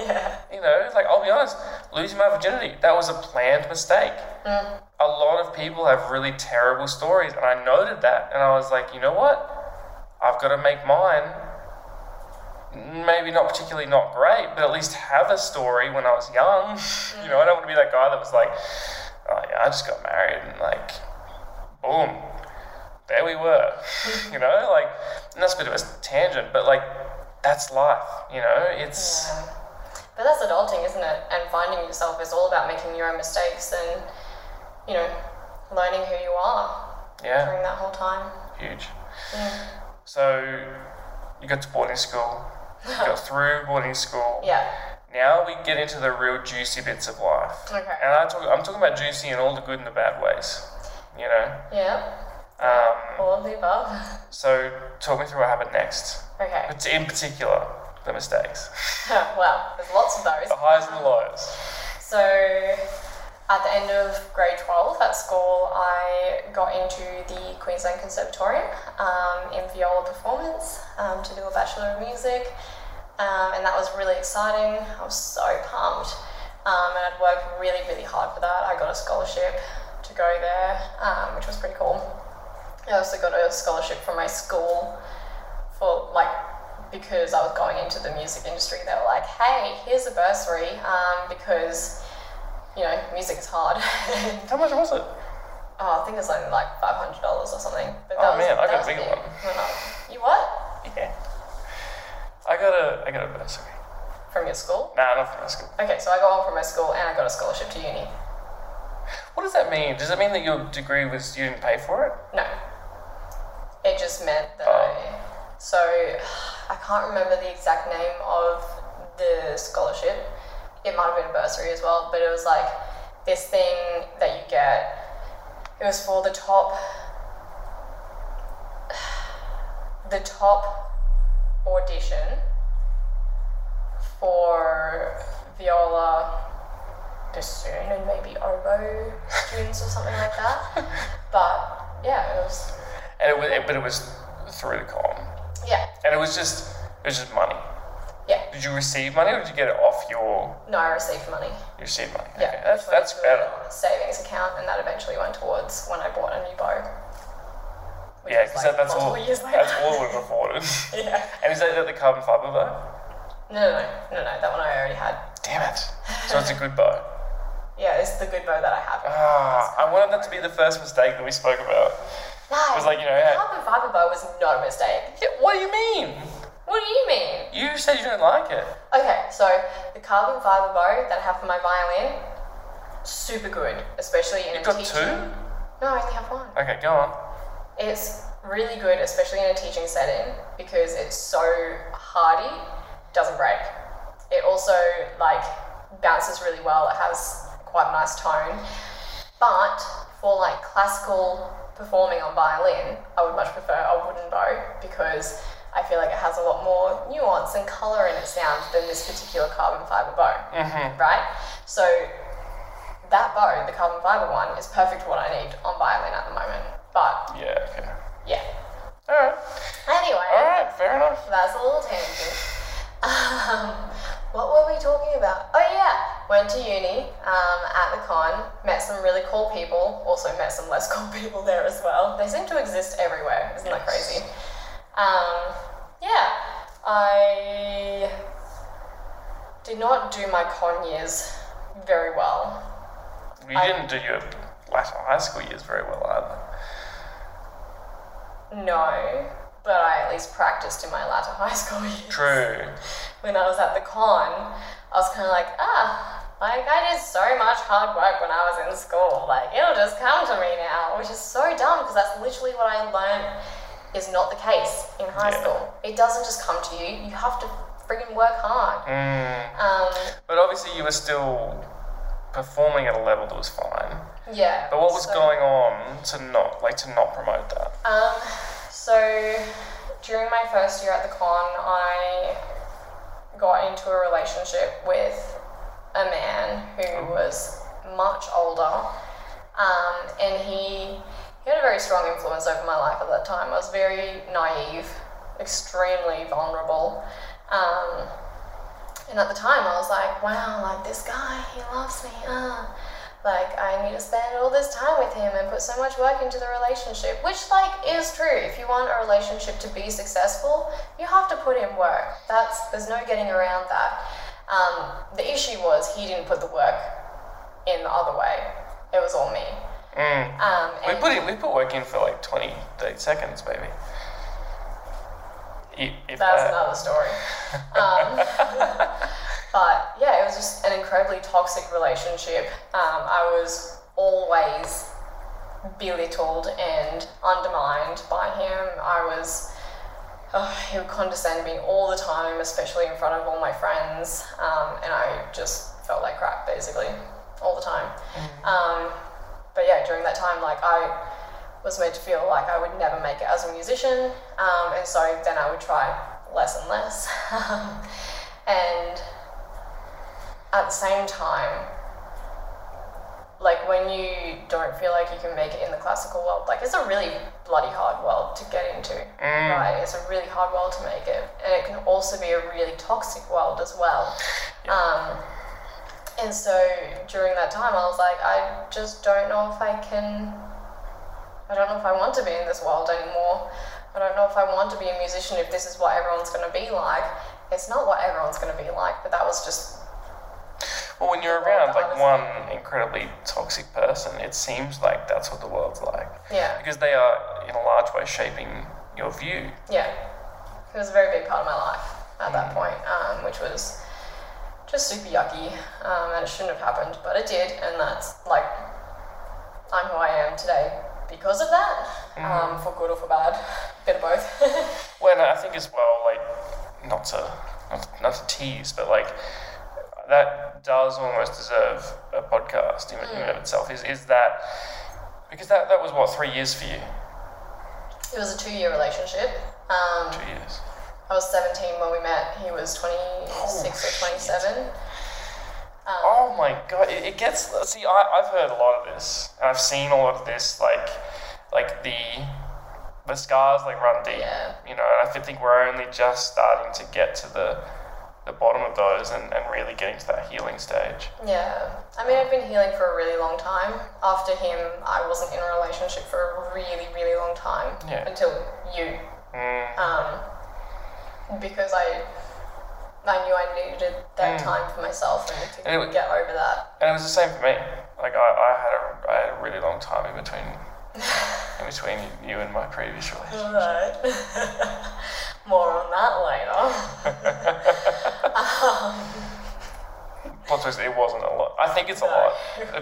yeah
you know, like I'll be honest, losing my virginity, that was a planned mistake. A lot of people have really terrible stories, and I noted that, and I was like, you know what? I've got to make mine. Maybe not particularly not great, but at least have a story when I was young. You know, I don't want to be that guy that was like, oh yeah, I just got married and like, boom, there we were. you know, like, and that's a bit of a tangent, but like, that's life. You know, it's.
Yeah. But that's adulting, isn't it? And finding yourself is all about making your own mistakes and, you know, learning who you are
Yeah,
during that whole time.
huge.
Yeah.
So you got to boarding school, you got through boarding school.
Yeah.
Now we get into the real juicy bits of life.
Okay.
And I talk, I'm talking about juicy in all the good and the bad ways, you know.
Yeah.
Um,
All of the above.
so talk me through what happened next,
Okay.
but in particular, the mistakes,
wow, there's lots of those.
the highs and the lows.
So, At the end of grade 12 at school, I got into the Queensland Conservatorium um, in viola performance um, to do a Bachelor of Music, um, and that was really exciting. I was so pumped, um, and I'd worked really, really hard for that. I got a scholarship to go there, um, which was pretty cool. I also got a scholarship from my school for like because I was going into the music industry. They were like, "Hey, here's a bursary um, because you know music is hard."
How much was it?
oh, I think it was only like five hundred dollars or something. But
Oh, man, I got a
was
bigger
big.
one.
No, no. You what?
Yeah. I got a I got a bursary.
From your school?
Nah, not from my school.
Okay, so I got one from my school and I got a scholarship to uni.
What does that mean? Does it mean that your degree was you didn't pay for it?
No. It just meant that I. So I can't remember the exact name of the scholarship. It might have been a bursary as well, but it was like this thing that you get. It was for the top. The top audition for viola, bassoon, and maybe oboe students or something like that. But yeah, it was
And it was it, but it was through the column.
yeah,
And it was just it was just money.
yeah.
Did you receive money or did you get it off your
No, I received money.
you received money?
Yeah,
Okay, that's
which went
that's
into
better.
a Savings account, and that eventually went towards when I bought a new bow. which
Yeah,
was,
because
like,
that's all
multiple years later.
that's all we've afforded.
yeah.
and is that that the carbon fiber bow?
No, no, no, no, no. That one I already had.
Damn it! So it's a good bow.
Yeah, it's the good bow that I have.
Ah, I wanted that to be the first mistake that we spoke about.
No,
It was like you know.
the
Yeah,
carbon fiber bow was not a mistake.
yeah, what do you mean?
What do you mean?
You said you don't like it.
Okay, so the carbon fiber bow that I have for my violin, super good, especially in
You
a
got
teaching.
two?
No, I only have one.
Okay, go on.
It's really good, especially in a teaching setting, because it's so hardy, doesn't break. It also like bounces really well. It has quite a nice tone. But for like classical performing on violin, I would much prefer a wooden bow because I feel like it has a lot more nuance and color in its sound than this particular carbon fiber bow. Right? So that bow, the carbon fiber one, is perfect for what I need on violin at the moment. But
Yeah. Okay.
yeah.
All right.
Anyway,
All right. Fair enough.
that's a little tangent. Um, what were we talking about? Oh yeah, went to uni um, at the con, met some really cool people, also met some less cool people there as well. They seem to exist everywhere, isn't that crazy? Um, yeah, I did not do my con years very well.
We
I-
didn't do your latter high school years very well either.
No, but I at least practiced in my latter high school years.
True.
when I was at the con, I was kind of like, ah, like I did so much hard work when I was in school. Like it'll just come to me now, which is so dumb because that's literally what I learned is not the case in high
Yeah.
school. It doesn't just come to you. You have to friggin' work hard.
Mm.
Um,
But obviously, you were still performing at a level that was fine.
yeah.
But what was
so-
going on to not like to not promote that?
Um, so during my first year at the con, I got into a relationship with a man who was much older, um, and he he had a very strong influence over my life at that time. I was very naive, extremely vulnerable. Um, and at the time, I was like, wow, like this guy, he loves me. Uh, like, I need to spend all this time with him and put so much work into the relationship, which, like, is true. If you want a relationship to be successful, you have to put in work. That's There's no getting around that. Um, the issue was he didn't put the work in the other way, it was all me.
Mm.
Um,
We
and
put it, we put work in for like 20, 30 seconds, maybe. If, if
That's
that.
another story. Um, but yeah, it was just an incredibly toxic relationship. Um, I was always belittled and undermined by him. I was. Oh, he would condescend me all the time, especially in front of all my friends, um, and I just felt like crap basically all the time.
Mm.
Um, but yeah, during that time, like I was made to feel like I would never make it as a musician, um, and so then I would try less and less. and at the same time, like when you don't feel like you can make it in the classical world, like it's a really bloody hard world to get into, right? It's a really hard world to make it, and it can also be a really toxic world as well. Um, and so during that time, I was like, I just don't know if I can. I don't know if I want to be in this world anymore. I don't know if I want to be a musician if this is what everyone's going to be like. It's not what everyone's going to be like, but that was just
Well, when you're
The
around
world
like
honestly-
one incredibly toxic person, it seems like that's what the world's like
yeah,
because they are in a large way shaping your view.
yeah. It was a very big part of my life at that point, um, which was just super yucky, um, and it shouldn't have happened, but it did, and that's like I'm who I am today because of that, um, for good or for bad, bit of both.
Well, and I think as well, like not to not to, not to tease, but like that does almost deserve a podcast in, in and of itself. Is is that because that that was what three years for you?
it was a two-year relationship. Um,
Two years.
I was 17 when we met. He was 26 or 27.
Oh my god, it, it gets. See, I, I've heard a lot of this, and I've seen a lot of this, like, like the the scars like run deep,
Yeah.
you know. And I think we're only just starting to get to the the bottom of those and, and really getting to that healing stage.
Yeah. I mean, I've been healing for a really long time. After him, I wasn't in a relationship for a really, really long time
Yeah.
until you.
Mm,
Um, because I, I knew I needed that
Mm.
time for myself and to
And it wa-
get over that.
and it was the same for me. Like I, I had a I had a really long time in between in between you and my previous relationship.
Right. More on that later.
Plot twist, it wasn't a lot. I think it's a
No,
lot,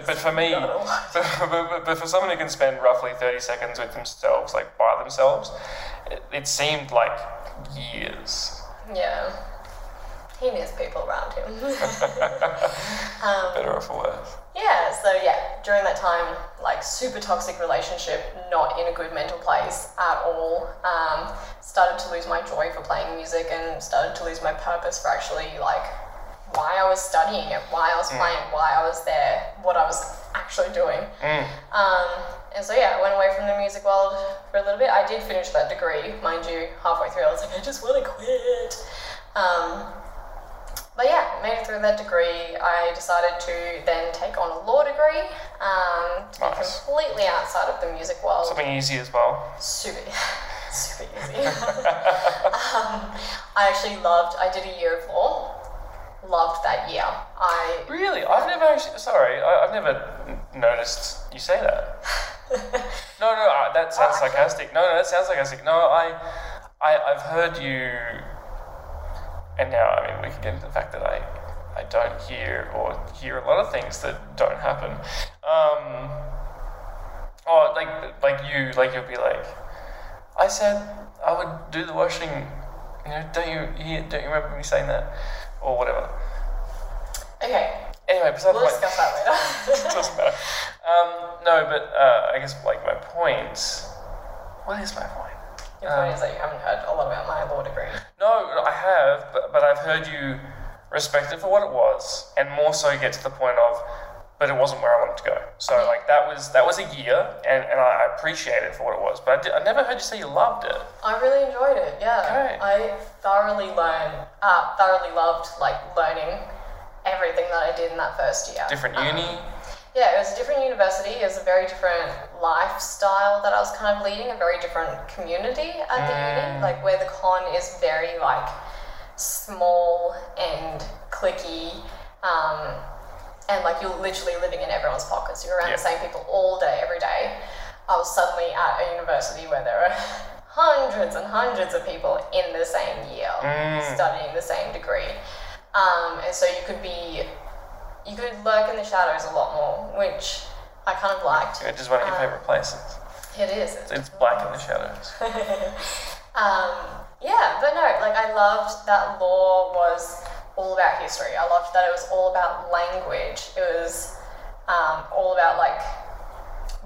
but for me,
not a lot.
but, but, but for someone who can spend roughly thirty seconds with themselves, like by themselves, it, it seemed like years.
Yeah. He needs people around him. um,
Better or for worse.
Yeah, so yeah, during that time, like super toxic relationship, not in a good mental place at all. Um, started to lose my joy for playing music and started to lose my purpose for actually like why I was studying it, why I was playing, why I was there, what I was actually doing. Um, and so yeah, I went away from the music world for a little bit. I did finish that degree, mind you, halfway through I was like, I just want to quit. Um, but yeah, made it through that degree. I decided to then take on a law degree um, to be
Nice.
completely outside of the music world.
Something easy as well.
super, e-, super easy. um, I actually loved. I did a year of law. Loved that year. I
Really, I've never actually. Sorry, I, I've never n- noticed you say that. No, no, uh, that sounds
I can't-
sarcastic. No, no, that sounds sarcastic. No, I, I, I've heard you, and now I mean we can get into the fact that I, I don't hear or hear a lot of things that don't happen. Um, or like like you like you'll be like, I said I would do the washing. You know, don't you hear? Don't you remember me saying that, or whatever?
okay.
Anyway, besides
We'll
the point.
discuss that
It
later.
doesn't matter. Um, no, but uh, I guess like my point. What is my point?
Your point is that you haven't heard a lot about my law degree.
No, I have, but, but I've heard you respect it for what it was, and more so get to the point of, but it wasn't where I wanted to go. So like that was that was a year, and, and I I appreciate it for what it was, but I, did, I never heard you say you loved it.
I really enjoyed it. Yeah,
Great.
I thoroughly learned, uh, thoroughly loved like learning everything that I did in that first year.
Different
Um,
uni.
yeah, it was a different university. It was a very different lifestyle that I was kind of leading. A very different community at the uni, like where the con is very like small and clicky. Um, and like you're literally living in everyone's pockets. You're around the
Yeah.
same people all day, every day. I was suddenly at a university where there are hundreds and hundreds of people in the same year studying the same degree. Um, and so you could be, you could lurk in the shadows a lot more, which I kind of liked.
It is one of your favorite places.
It is.
It's black in the shadows.
Um, yeah, but no, like I loved that law was all about history. I loved that it was all about language. It was um, all about like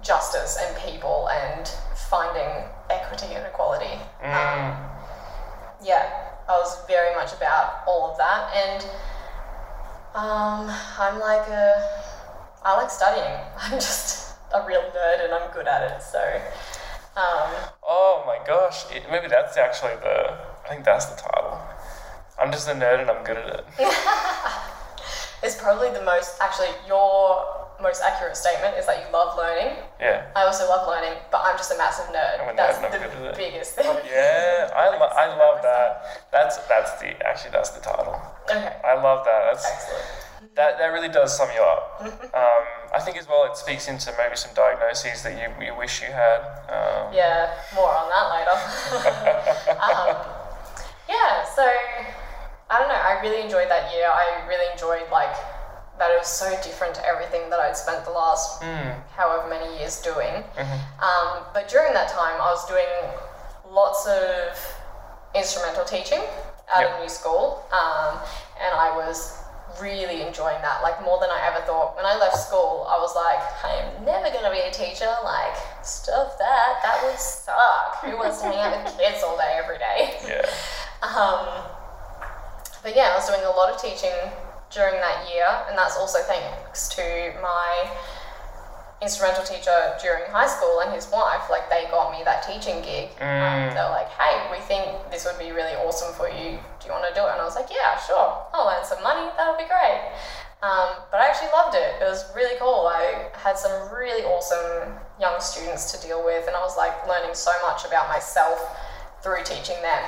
justice and people and finding equity and equality. Um, yeah, I was very much about all of that, and um, I'm like a I like studying. I'm just a real nerd and I'm good at it. So, um,
Oh my gosh, it, maybe that's actually the. I think that's the title. I'm just a nerd and I'm good at it.
it's probably the most, actually, your most accurate statement is that you love learning.
Yeah.
I also love learning, but I'm just a massive nerd.
I'm a nerd
That's
and I'm Oh, good
the
at it.
biggest thing.
Yeah, I, lo- I
see
love that. That's that's the actually that's the title.
Okay.
I love that. That's
Excellent.
That, that really does sum you up. Um, I think as well it speaks into maybe some diagnoses that you, you wish you had. Um,
Yeah, more on that later. um, yeah, so I don't know. I really enjoyed that year. I really enjoyed like that it was so different to everything that I'd spent the last
Hmm.
however many years doing.
Mm-hmm.
Um, but during that time, I was doing lots of instrumental teaching at
Yep.
a new school, um, and I was really enjoying that, like more than I ever thought. When I left school, I was like, I am never going to be a teacher. Like, stuff that. That would suck. Who wants to hang out with kids all day, every day?
Yeah.
Um, but yeah, I was doing a lot of teaching during that year, and that's also thanks to my instrumental teacher during high school and his wife. Like, they got me that teaching gig. Um, they were like, hey, we think this would be really awesome for you. Do you want to do it? And I was like, yeah, sure. I'll earn some money. That'll be great. Um, but I actually loved it. It was really cool. I had some really awesome young students to deal with, and I was like learning so much about myself through teaching them.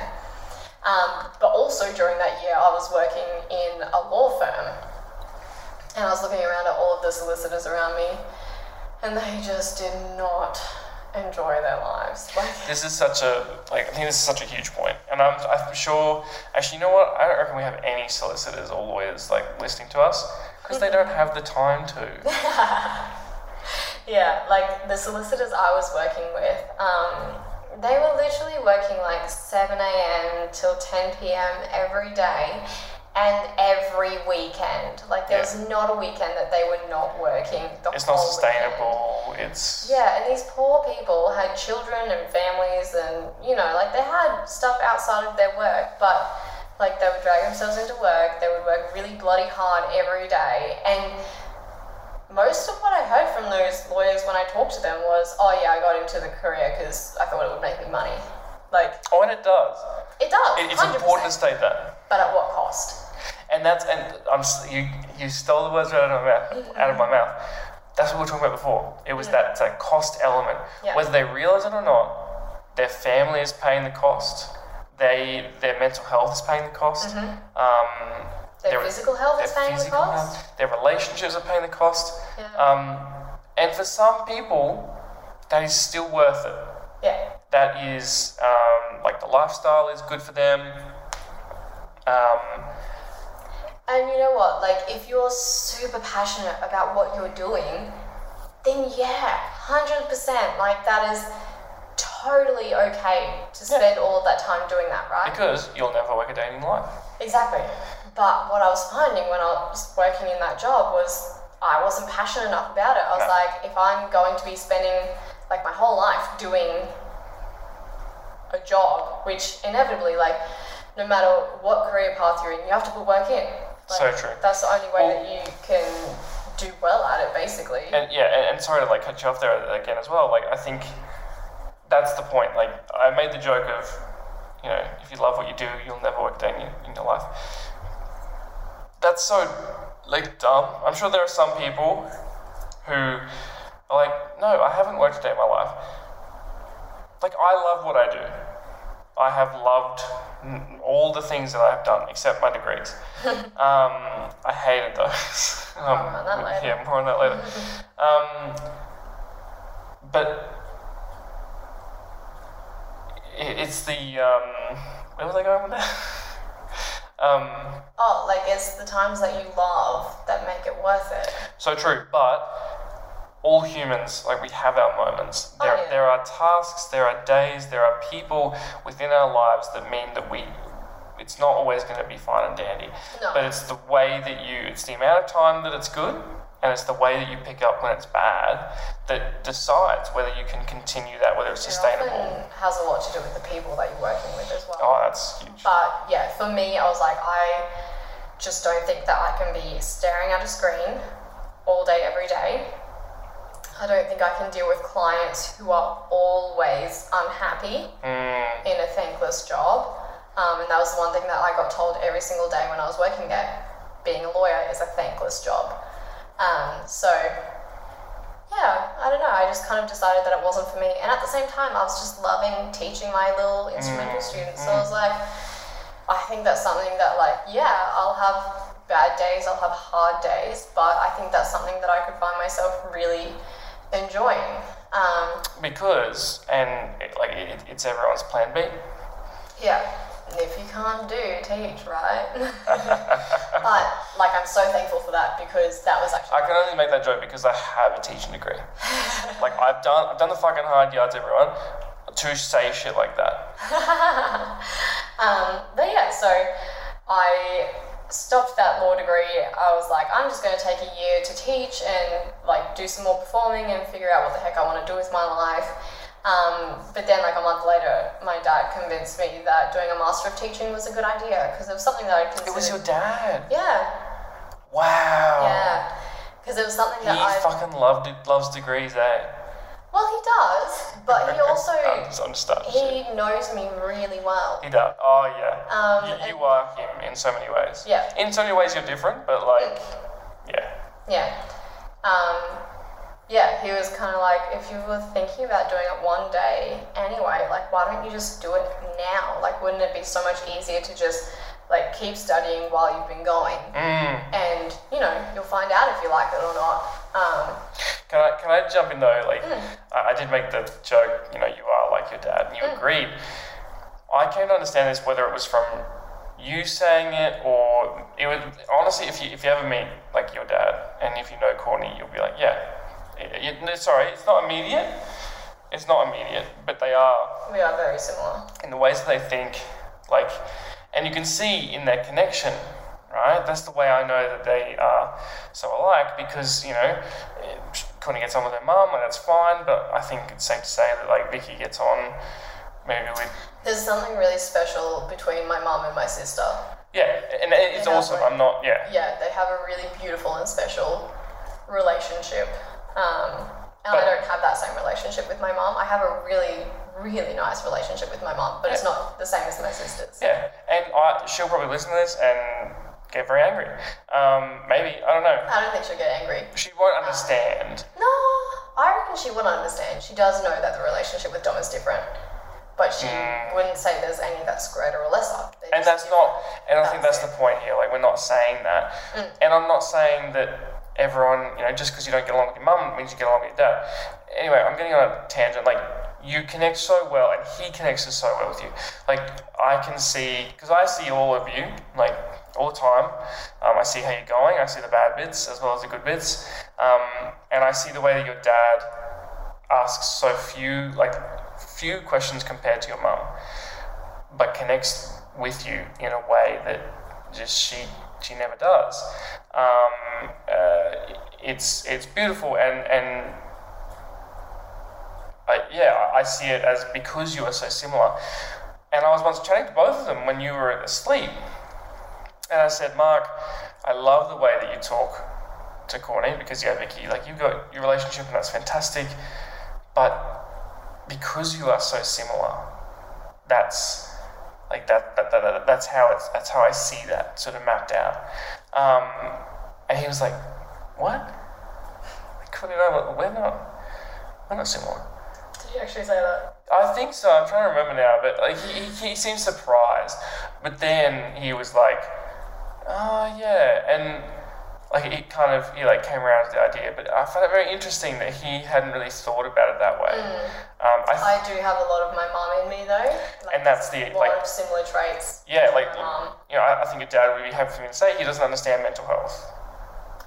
Um, but also during that year, I was working in a law firm, and I was looking around at all of the solicitors around me, and they just did not enjoy their lives. Like,
This is such a like I think this is such a huge point, and I'm I'm sure actually you know what I don't reckon we have any solicitors or lawyers like listening to us because they don't have the time to.
yeah, like the solicitors I was working with, um, they were literally working like 7 a.m. till 10 p.m. every day and every weekend. Like, there
Yeah.
was not a weekend that they were not working. The
It's not
whole weekend.
sustainable. It's
Oh, Yeah, and these poor people had children and families, and you know, like they had stuff outside of their work, but like they would drag themselves into work, they would work really bloody hard every day. And most of what I heard from those lawyers when I talked to them was, oh, yeah, I got into the career because I thought it would make me money. Like,
oh, and it does.
it does.
It, it's
100%,
important to state that.
But at what cost?
And that's and I'm s- you you stole the words right out of my mouth. Out of my mouth. That's what we were talking about before. It was that, that cost element.
Yeah.
Whether they realize it or not, their family is paying the cost. They their mental health is paying the cost. Um,
Mm-hmm. Their physical health is paying the
physical
cost?
health, their relationships are paying the cost.
Yeah.
Um, and for some people, that is still worth it
Yeah.
that is um, like the lifestyle is good for them. Um,
And you know what? Like, if you're super passionate about what you're doing, then yeah, 100%. Like, that is totally okay to spend all of that time doing that, right?
because you'll never work a day in your life.
Exactly. But what I was finding when I was working in that job was I wasn't passionate enough about it. I was
No.
like, if I'm going to be spending like my whole life doing a job, which inevitably, like, no matter what career path you're in, you have to put work in.
So
Like,
true.
That's the only way
Well-
that you can do well at it, basically.
And yeah, and, and sorry to like cut you off there again as well. Like I think that's the point. Like I made the joke of, you know, if you love what you do, you'll never work a day in your, in your life. That's so like dumb. I'm sure there are some people who are like, no, I haven't worked a day in my life. Like I love what I do. I have loved n- all the things that I have done except my degrees. um, I hated those. um,
More on that later.
Yeah, more on that later. um, but i- it's the um, where was I going with that? um,
oh, like, it's the times that you love that make it worth it.
So true, but all humans, like we have our moments.
Oh,
There,
yeah.
there are tasks, there are days, there are people within our lives that mean that we. It's not always going to be fine and dandy,
No.
but it's the way that you. It's the amount of time that it's good, and it's the way that you pick up when it's bad that decides whether you can continue that, whether it's
It
sustainable.
often has a lot to do with the people that you're working with as well.
Oh, that's huge.
But yeah, for me, I was like, I just don't think that I can be staring at a screen all day, every day. I don't think I can deal with clients who are always unhappy
Mm,
in a thankless job. Um, and that was the one thing that I got told every single day when I was working there. Being a lawyer is a thankless job. Um, so, yeah, I don't know. I just kind of decided that it wasn't for me. And at the same time, I was just loving teaching my little instrumental students. So I was like, I think that's something that, like, yeah, I'll have bad days, I'll have hard days, but I think that's something that I could find myself really enjoying. Um,
because, and it, like it, it's everyone's plan B.
Yeah, and if you can't do, teach, right? but like, I'm so thankful for that because that was
I
actually
can only make that joke because I have a teaching degree. like I've done, I've done the fucking hard yards, everyone, to say shit like that.
Um, but yeah, so I stopped that law degree. I was like, I'm just going to take a year to teach and like do some more performing and figure out what the heck I want to do with my life. Um, but then, like a month later, my dad convinced me that doing a master of teaching was a good idea because it was something that I considered.
It was your dad.
yeah,
Wow.
yeah, because it was something
He
that I
fucking loved it. Loves degrees, eh?
Well, he does, but he also
I'm just, I'm just starting shit.
he knows me really well.
He does. Oh yeah.
Um,
you, you
and-
are him in so many ways.
Yeah. Mm.
In so many ways, you're different, but like, yeah.
Yeah, um, yeah. He was kind of like, if you were thinking about doing it one day anyway, like, why don't you just do it now? Like, wouldn't it be so much easier to just like keep studying while you've been going,
Mm.
and you know, you'll find out if you like it or not. Um,
Can I can I jump in though? Like, I, I did make the joke. You know, you are like your dad, and you agreed. I came to understand this whether it was from you saying it or it was honestly. If you if you ever meet like your dad, and if you know Courtney, you'll be like, yeah. It- it- no, sorry, it's not immediate. It's not immediate, but they are
we are very similar.
in the ways that they think, like, and you can see in their connection, right? That's the way I know that they are so alike because you know, Courtney gets on with her mum, and that's fine. But I think it's safe to say that like Vicky gets on, maybe with
There's something really special between my mom and my sister.
yeah, and it- it's
Yeah,
awesome.
like-
I'm not yeah,
yeah, they have a really beautiful and special relationship. Um, and I
But-
don't have that same relationship with my mom. I have a really, really nice relationship with my mom, but it's not the same as my sister's.
yeah, and I she'll probably listen to this and get very angry. Um, maybe I don't know.
I don't think she'll get angry.
She won't understand.
No, I reckon she would understand. She does know that the relationship with Dom is different, but she wouldn't say there's any that's greater or lesser. They're
Mm. And
just
that's not, and I think
That's
that's the point here. Like, we're not saying that. And I'm not saying that everyone, you know, just because you don't get along with your mum means you get along with your dad. Anyway, I'm getting on a tangent. Like, you connect so well, and he connects so well with you. Like, I can see, because I see all of you, like, all the time. Um, I see how you're going, I see the bad bits as well as the good bits. Um, and I see the way that your dad asks so few, like, few questions compared to your mum but connects with you in a way that just she she never does. Um, uh, it's it's beautiful and and I, yeah, I I see it as because you are so similar. And I was once chatting to both of them when you were asleep, and I said, Mark, I love the way that you talk to Courtney because yeah, Vicky, like you've got your relationship and that's fantastic, but because you are so similar, that's like that, that, that, that- that's how it's that's how I see that sort of mapped out. Um, and he was like, "What? Like, Courtney and I, were- we're not we're not similar."
Did you actually say that?
I think so. I'm trying to remember now, but like he, he, he seemed surprised. But then he was like, "Oh yeah," and like it kind of he like came around to the idea. But I found it very interesting that he hadn't really thought about it that way. Um, I
I do have a lot of my mom in me though. Like,
And that's the-
a lot
like-
of similar traits.
Yeah, like
Um,
you know, I, I think your dad would be happy for me to say he doesn't understand mental health.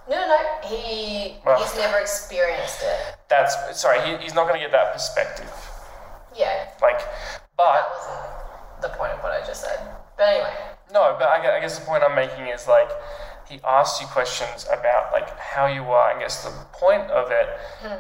No, no, no. He
Well-
he's never experienced it.
That's sorry, he, he's not going to get that perspective.
Yeah,
Like,
that
but
wasn't the point of what I just said. But anyway,
no, but I, gue- I guess the point I'm making is like he asks you questions about like how you are. I guess the point of it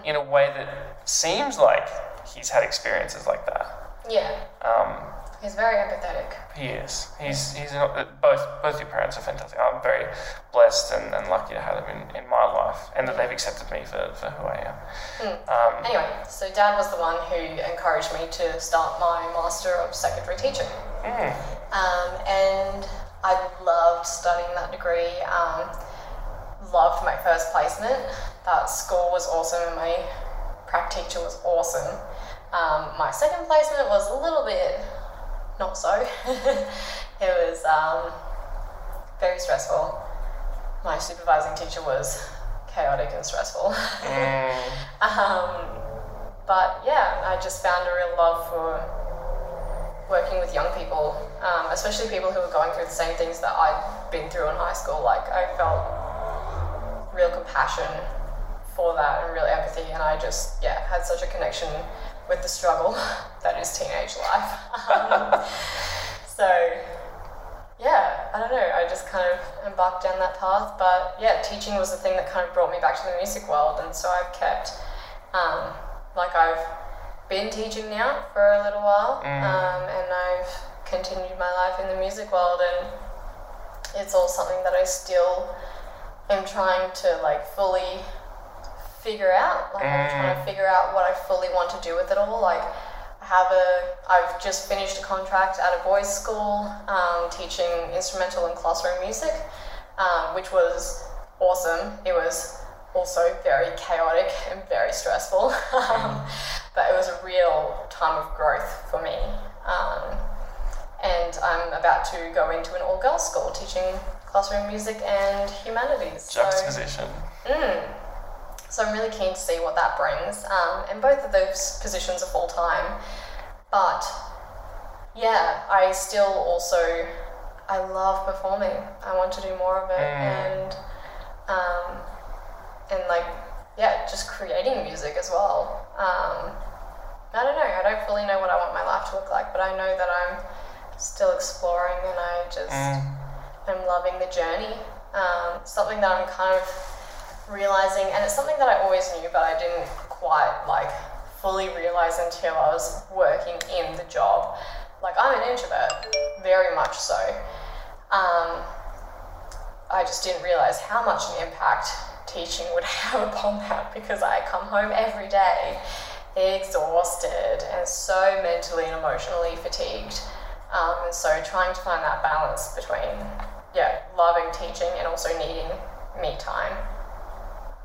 in a way that seems like he's had experiences like that.
yeah,
Um,
he's very empathetic.
he is. He's he's not, but both both your parents are fantastic. I'm very blessed and, and lucky to have them in, in my life, and that they've accepted me for, for who I am. Um,
Anyway, so dad was the one who encouraged me to start my Master of Secondary Teaching.
mm,
Um, and I loved studying that degree. Um, loved my first placement. That school was awesome, and my prac teacher was awesome. Um, my second placement was a little bit not so. it was um, very stressful. My supervising teacher was chaotic and stressful.
mm,
Um, but yeah, I just found a real love for working with young people, um, especially people who were going through the same things that I'd been through in high school. Like I felt real compassion for that and real empathy, and I just yeah had such a connection with the struggle that is teenage life. Um, so yeah, I don't know. I just kind of embarked down that path, but yeah, teaching was the thing that kind of brought me back to the music world, and so I've kept, um, like I've been teaching now for a little while, um, and I've continued my life in the music world, and it's all something that I still am trying to like fully figure out. Like I'm trying to figure out what I fully want to do with it all. Like I have a, I've just finished a contract at a boys' school um, teaching instrumental and classroom music, um, which was awesome. It was also very chaotic and very stressful, um, but it was a real time of growth for me. Um, and I'm about to go into an all-girls school teaching classroom music and humanities. So-
juxtaposition.
Mm. So I'm really keen to see what that brings. Um, and both of those positions are full time. But yeah, I still also I love performing. I want to do more of it and um, and like yeah, just creating music as well. Um, I don't know. I don't fully know what I want my life to look like, but I know that I'm still exploring and I just
Mm,
I'm loving the journey. Um, something that I'm kind of realizing, and it's something that I always knew, but I didn't quite like fully realize until I was working in the job. Like I'm an introvert, very much so. Um, I just didn't realize how much an impact teaching would have upon that because I come home every day exhausted and so mentally and emotionally fatigued. Um, and so trying to find that balance between, yeah, loving teaching and also needing me time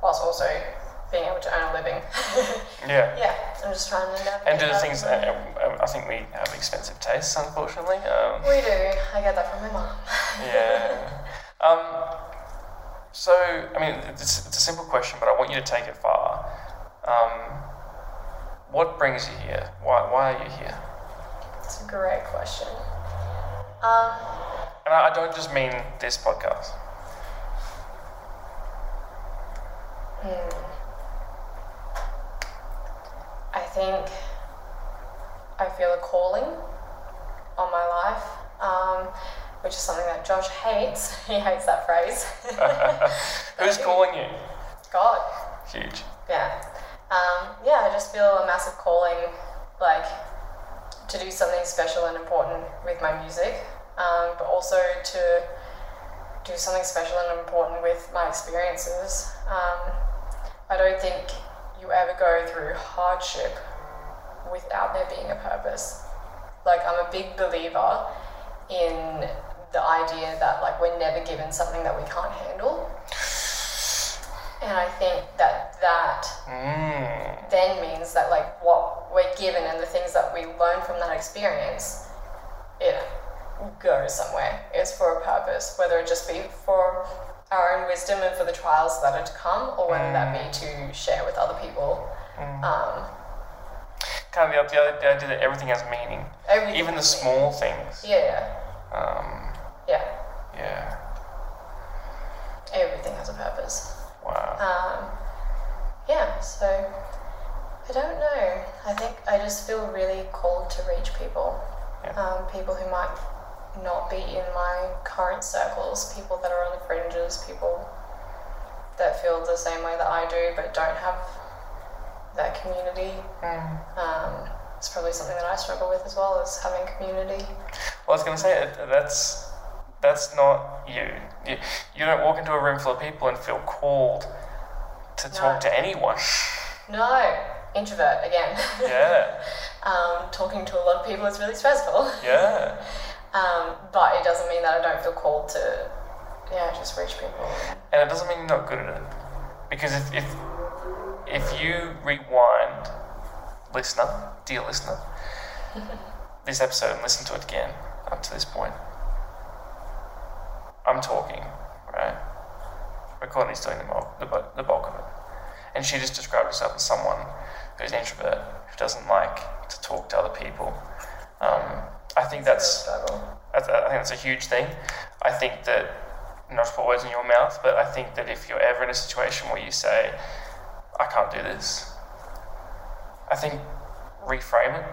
whilst also being able to earn a living.
yeah.
yeah, I'm just trying to navigate
And do the
that.
things. Uh, uh, I think we have expensive tastes, unfortunately. Um,
We do. I get that from my mum.
yeah. Um, so, I mean, it's, it's a simple question, but I want you to take it far. Um, what brings you here? Why, why are you here?
It's a great question. Um,
And I, I don't just mean this podcast.
Hmm. I think I feel a calling on my life, um, which is something that Josh hates. He hates that phrase.
Who's calling you?
God,
Huge.
yeah. Um, yeah, I just feel a massive calling, like, to do something special and important with my music, um, but also to do something special and important with my experiences. Um, I don't think you ever go through hardship without there being a purpose. Like, I'm a big believer in the idea that, like, we're never given something that we can't handle. And I think that that
Mm.
then means that like what we're given and the things that we learn from that experience, it goes somewhere. It's for a purpose, whether it just be for our own wisdom and for the trials that are to come, or whether that be to share with other people. Um,
Kind of the, the, the idea that everything has meaning,
everything
even the
we-
small things.
Yeah, yeah,
Um,
yeah.
yeah.
Everything has a purpose.
Wow.
Um, yeah, so I don't know. I think I just feel really called to reach people,
Yeah.
um, people who might not be in my current circles, people that are on the fringes, people that feel the same way that I do but don't have that community.
Mm.
Um, it's probably something that I struggle with as well as having community.
Well, I was going to say that- that's That's not you. You, you don't walk into a room full of people and feel called to talk
No.
to anyone.
No, introvert again.
Yeah,
um, talking to a lot of people is really stressful.
yeah.
Um, but it doesn't mean that I don't feel called to, yeah, just reach people.
And it doesn't mean you're not good at it. Because if, if, if you rewind, listener, dear listener, this episode and listen to it again up to this point, I'm talking, right? Courtney's doing the bulk, the, bu- the bulk of it. And she just described herself as someone who's an introvert, who doesn't like to talk to other people. Um, I think that's.
It's a real struggle.
I, th- I think that's a huge thing. I think that not to put words in your mouth, but I think that if you're ever in a situation where you say, "I can't do this," I think reframe it.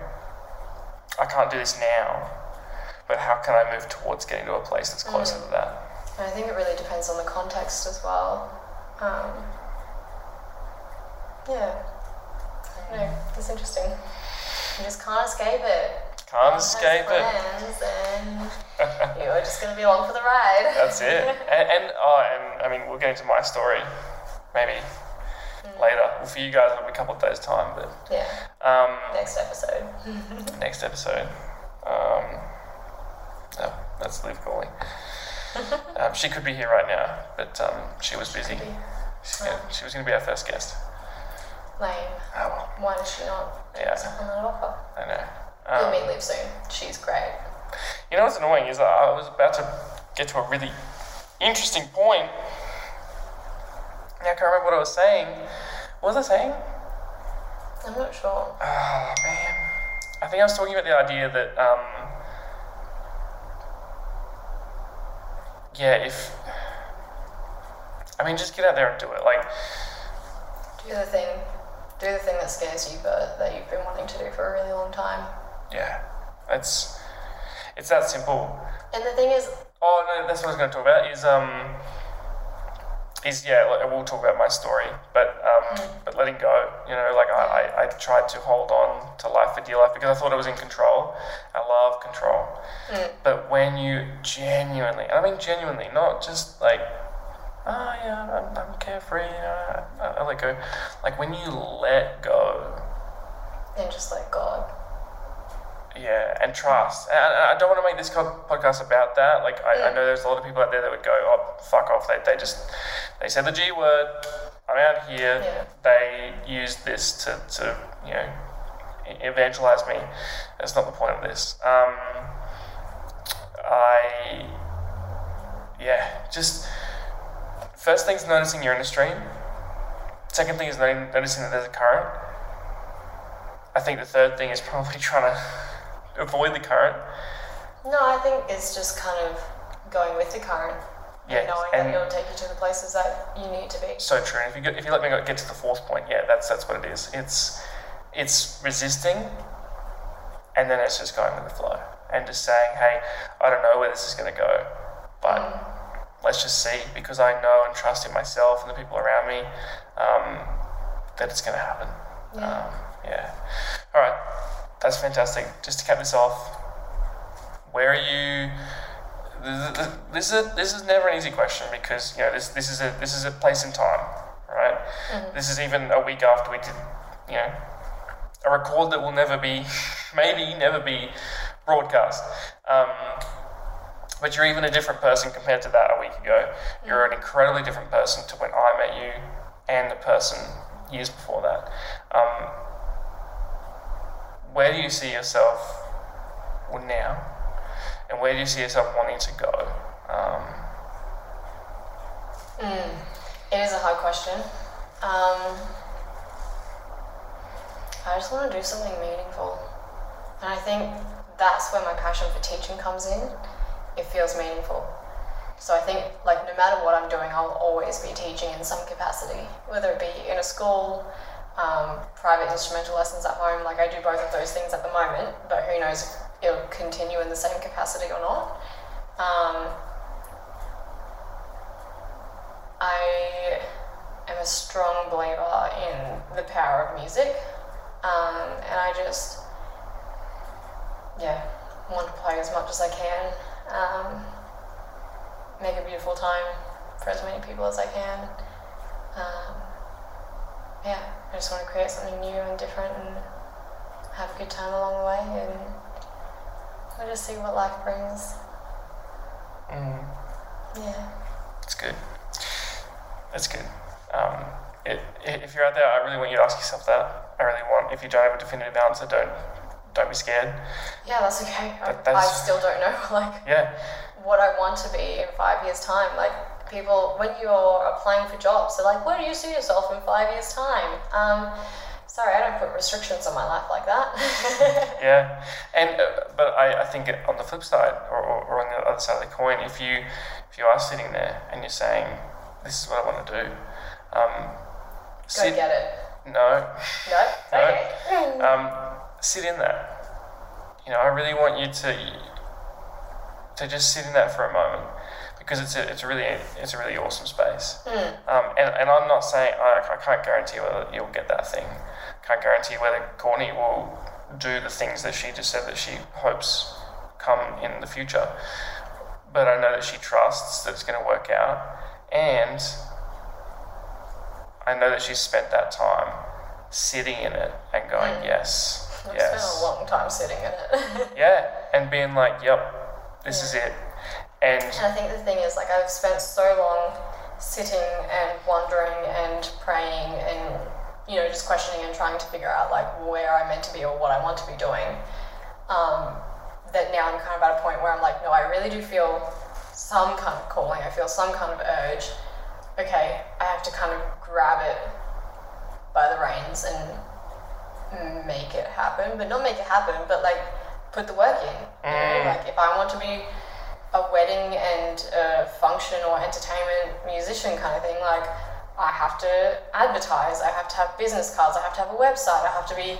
I can't do this now, but how can I move towards getting to a place that's closer to that?
And I think it really depends on the context as well. Um, yeah. I don't know, it's interesting. You just can't escape it.
Can't escape it.
Plans and you're just going to be along for the ride.
That's it. And, and oh, and I mean, we'll get into my story maybe later. Well, for you guys, it'll be a couple of days time, but
Yeah,
um,
next episode.
next episode. Um, no, that's Liv calling. um, she could be here right now, but um, she was busy. She's gonna, she was going to be our first guest.
Lame.
Oh well,
Why does she not
Yeah.
accept on that offer?
I know.
You'll
Um,
meet Liv soon. She's great.
you know what's annoying is that I was about to get to a really interesting point. and I can't remember what I was saying. What was I saying?
I'm not sure.
Oh man, I think I was talking about the idea that um, yeah, if I mean, just get out there and do it. Like,
Do the thing. Do the thing that scares you, but that you've been wanting to do for a really long time.
yeah, it's it's that simple.
And the thing is,
Oh no, that's what I was going to talk about. Is um, is yeah, like, we'll talk about my story, but um, but letting go. You know, like I, I I tried to hold on to life for dear life because I thought I was in control. I love control,
Hmm.
but when you genuinely, and I mean genuinely, not just like. Oh yeah, I'm, I'm carefree. You know, I, I let go. Like when you let go,
and just like God.
yeah, and trust. And I, I don't want to make this co- podcast about that. Like, I, I know there's a lot of people out there that would go, "Oh, fuck off." They, they just they said the G word. I'm out here.
Yeah.
They used this to, to you know e-, evangelize me. That's not the point of this. Um, I yeah, just first thing is noticing you're in a stream. Second thing is no- noticing that there's a current. I think the third thing is probably trying to avoid the current.
No, I think it's just kind of going with the current.
Yeah,
and knowing
and
that it'll take you to the places that you need to be.
so true. And if you go, if you let me go, get to the fourth point, yeah, that's that's what it is. It's it's resisting, and then it's just going with the flow and just saying, hey, I don't know where this is going to go, but let's just see because I know and trust in myself and the people around me um, that it's going to happen.
Yeah.
Um, yeah. All right. That's fantastic. Just to cap this off, where are you? th- th- th- This is a, this is never an easy question because you know this this is a this is a place in time, right? This is even a week after we did, you know, a record that will never be, maybe never be broadcast. Um, but you're even a different person compared to that a week ago. You're an incredibly different person to when I met you and the person years before that. Um, where do you see yourself well, now? And where do you see yourself wanting to go? Um,
Mm. It is a hard question. Um, I just want to do something meaningful. And I think that's where my passion for teaching comes in. It feels meaningful. So I think, like, no matter what I'm doing, I'll always be teaching in some capacity, whether it be in a school, um, private instrumental lessons at home. Like, I do both of those things at the moment, but who knows if it'll continue in the same capacity or not. Um, I am a strong believer in the power of music, um, and I just, yeah, want to play as much as I can. Um, make a beautiful time for as many people as I can. Um, yeah, I just want to create something new and different and have a good time along the way and we'll just see what life brings.
Mm,
Yeah.
that's good. That's good. Um, it, i if you're out there, I really want you to ask yourself that. I really want. If you don't have a definitive answer, don't don't be scared.
Yeah, that's okay. I,
That- that's-
I still don't know like
Yeah.
what I want to be in five years time. Like people when you're applying for jobs, they're like, Where do you see yourself in five years time? Um, sorry, I don't put restrictions on my life like that.
Yeah, and uh, but I, I think it- on the flip side, or, or, or on the other side of the coin, if you if you are sitting there and you're saying, "This is what I want to do," um,
Go
sit
get it.
no,
No?
No.
Okay.
um, sit in that. You know, I really want you to to just sit in that for a moment because it's a, it's a really it's a really awesome space.
Mm.
Um, and, and I'm not saying I, I can't guarantee whether you'll get that thing. Can't guarantee whether Courtney will do the things that she just said that she hopes come in the future. But I know that she trusts that it's going to work out, and I know that she's spent that time sitting in it and going,
Mm.
yes,
I've
yes,
spent a long time sitting in it.
yeah, and being like, yep, this is it, and
And I think the thing is, like, I've spent so long sitting and wondering and praying and, you know, just questioning and trying to figure out, like, where I'm meant to be or what I want to be doing. Um, that now I'm kind of at a point where I'm like, no, I really do feel some kind of calling. I feel some kind of urge. Okay, I have to kind of grab it by the reins and make it happen. But not make it happen, but, like, put the work in. You know?
Mm.
Like, if I want to be a wedding and a function or entertainment musician kind of thing like i have to advertise i have to have business cards i have to have a website i have to be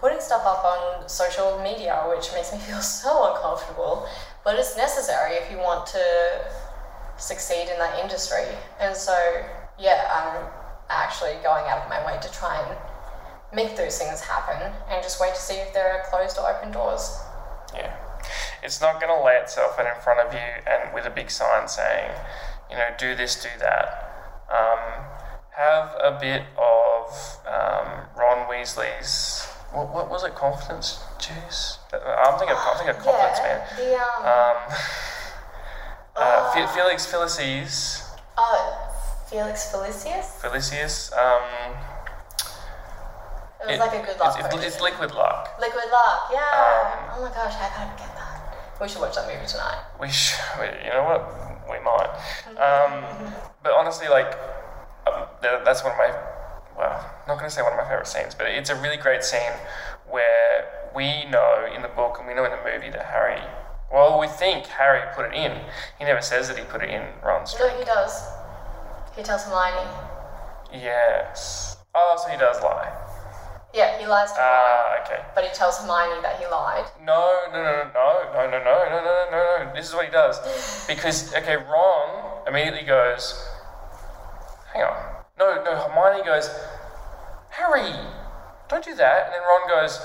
putting stuff up on social media which makes me feel so uncomfortable but it's necessary if you want to succeed in that industry and so yeah i'm actually going out of my way to try and make those things happen and just wait to see if there are closed or open doors
Yeah. It's not going to lay itself out in front of you and with a big sign saying, you know, do this, do that. Um, have a bit of um, Ron Weasley's, what, what was it, confidence juice? I'm thinking of, I'm thinking of confidence, man.
the um,
Um, uh, Fe- Felix Felicis,
Oh, Felix Felicius?
Felicius, um,
It was
It-
like a good luck
it's, it's,
potion.
it's liquid luck.
Liquid luck, yeah.
Um,
oh my gosh, how can I forget that? We should watch that movie tonight.
We, sh- we you know what, we might. Um, but honestly, like um, tha- that's one of my well, not going to say one of my favorite scenes, but it's a really great scene where we know in the book and we know in the movie that Harry. Well, we think Harry put it in. He never says that he put it in Ron's
No,
drink.
he does. He tells Hermione.
Yes. Oh, so he does lie.
Yeah, he lies to Hermione,
Ah, okay.
but he tells Hermione that he lied.
No, no, no, no, no, no, no, no, no, no, no, no. This is what he does. Because, okay, Ron immediately goes, hang on. No, no, Hermione goes, Harry, don't do that. And then Ron goes,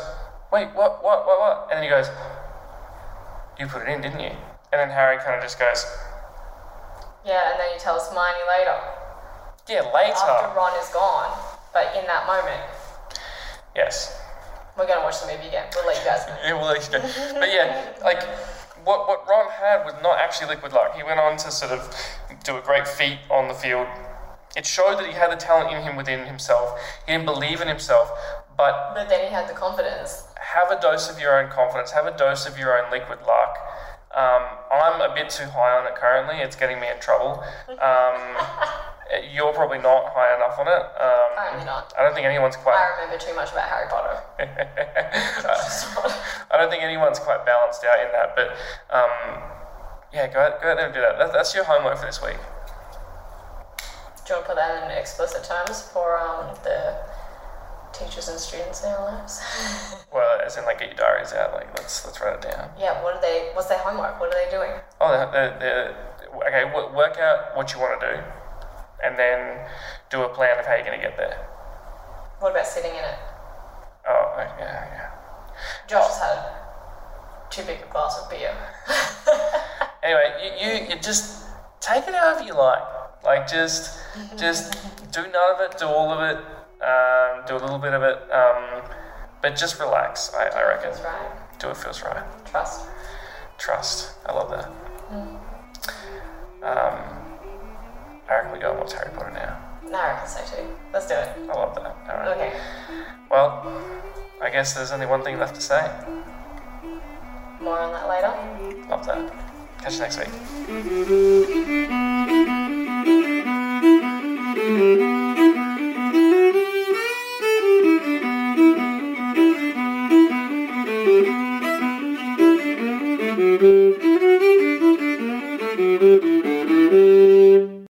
wait, what, what, what, what? And then he goes, you put it in, didn't you? And then Harry kind of just goes,
Yeah, and then he tells Hermione later,
yeah, later.
after Ron is gone. But in that moment,
yes.
we're gonna watch the movie again. We'll let you guys know.
Yeah, well, there you go. But yeah, like what what Ron had was not actually liquid luck. He went on to sort of do a great feat on the field. It showed that he had the talent in him within himself. He didn't believe in himself, but
But then he had the confidence.
have a dose of your own confidence. Have a dose of your own liquid luck. Um, I'm a bit too high on it currently. It's getting me in trouble. Um, you're probably not high enough on it. Um,
Apparently not.
I don't think anyone's quite.
I remember too much about Harry Potter.
I don't think anyone's quite balanced out in that, but um, yeah, go out, go out there and do that. that. That's your homework for this week.
Do you want to put that in explicit terms for um, the teachers and students in our lives?
Well, as in like get your diaries out, like let's let's write it down.
yeah, what are they? What's their homework? What are they doing?
Oh, the, the, the, okay, wo- work out what you want to do, and then do a plan of how you're going to get there.
What about sitting in it?
Oh, yeah, yeah.
Josh has had too big a glass of beer.
Anyway, you, you, you just take it however you like. Like just, just do none of it, do all of it, um, do a little bit of it, um, but just relax. I, I reckon.
That's right.
Do what feels right.
Trust.
Trust. I love that. Um, I reckon we go and watch Harry Potter now.
No, I reckon so too. Let's do it.
I love that. All right.
Okay.
Well, I guess there's only one thing left to say.
More on that later.
Love that. Catch you next week.
Thank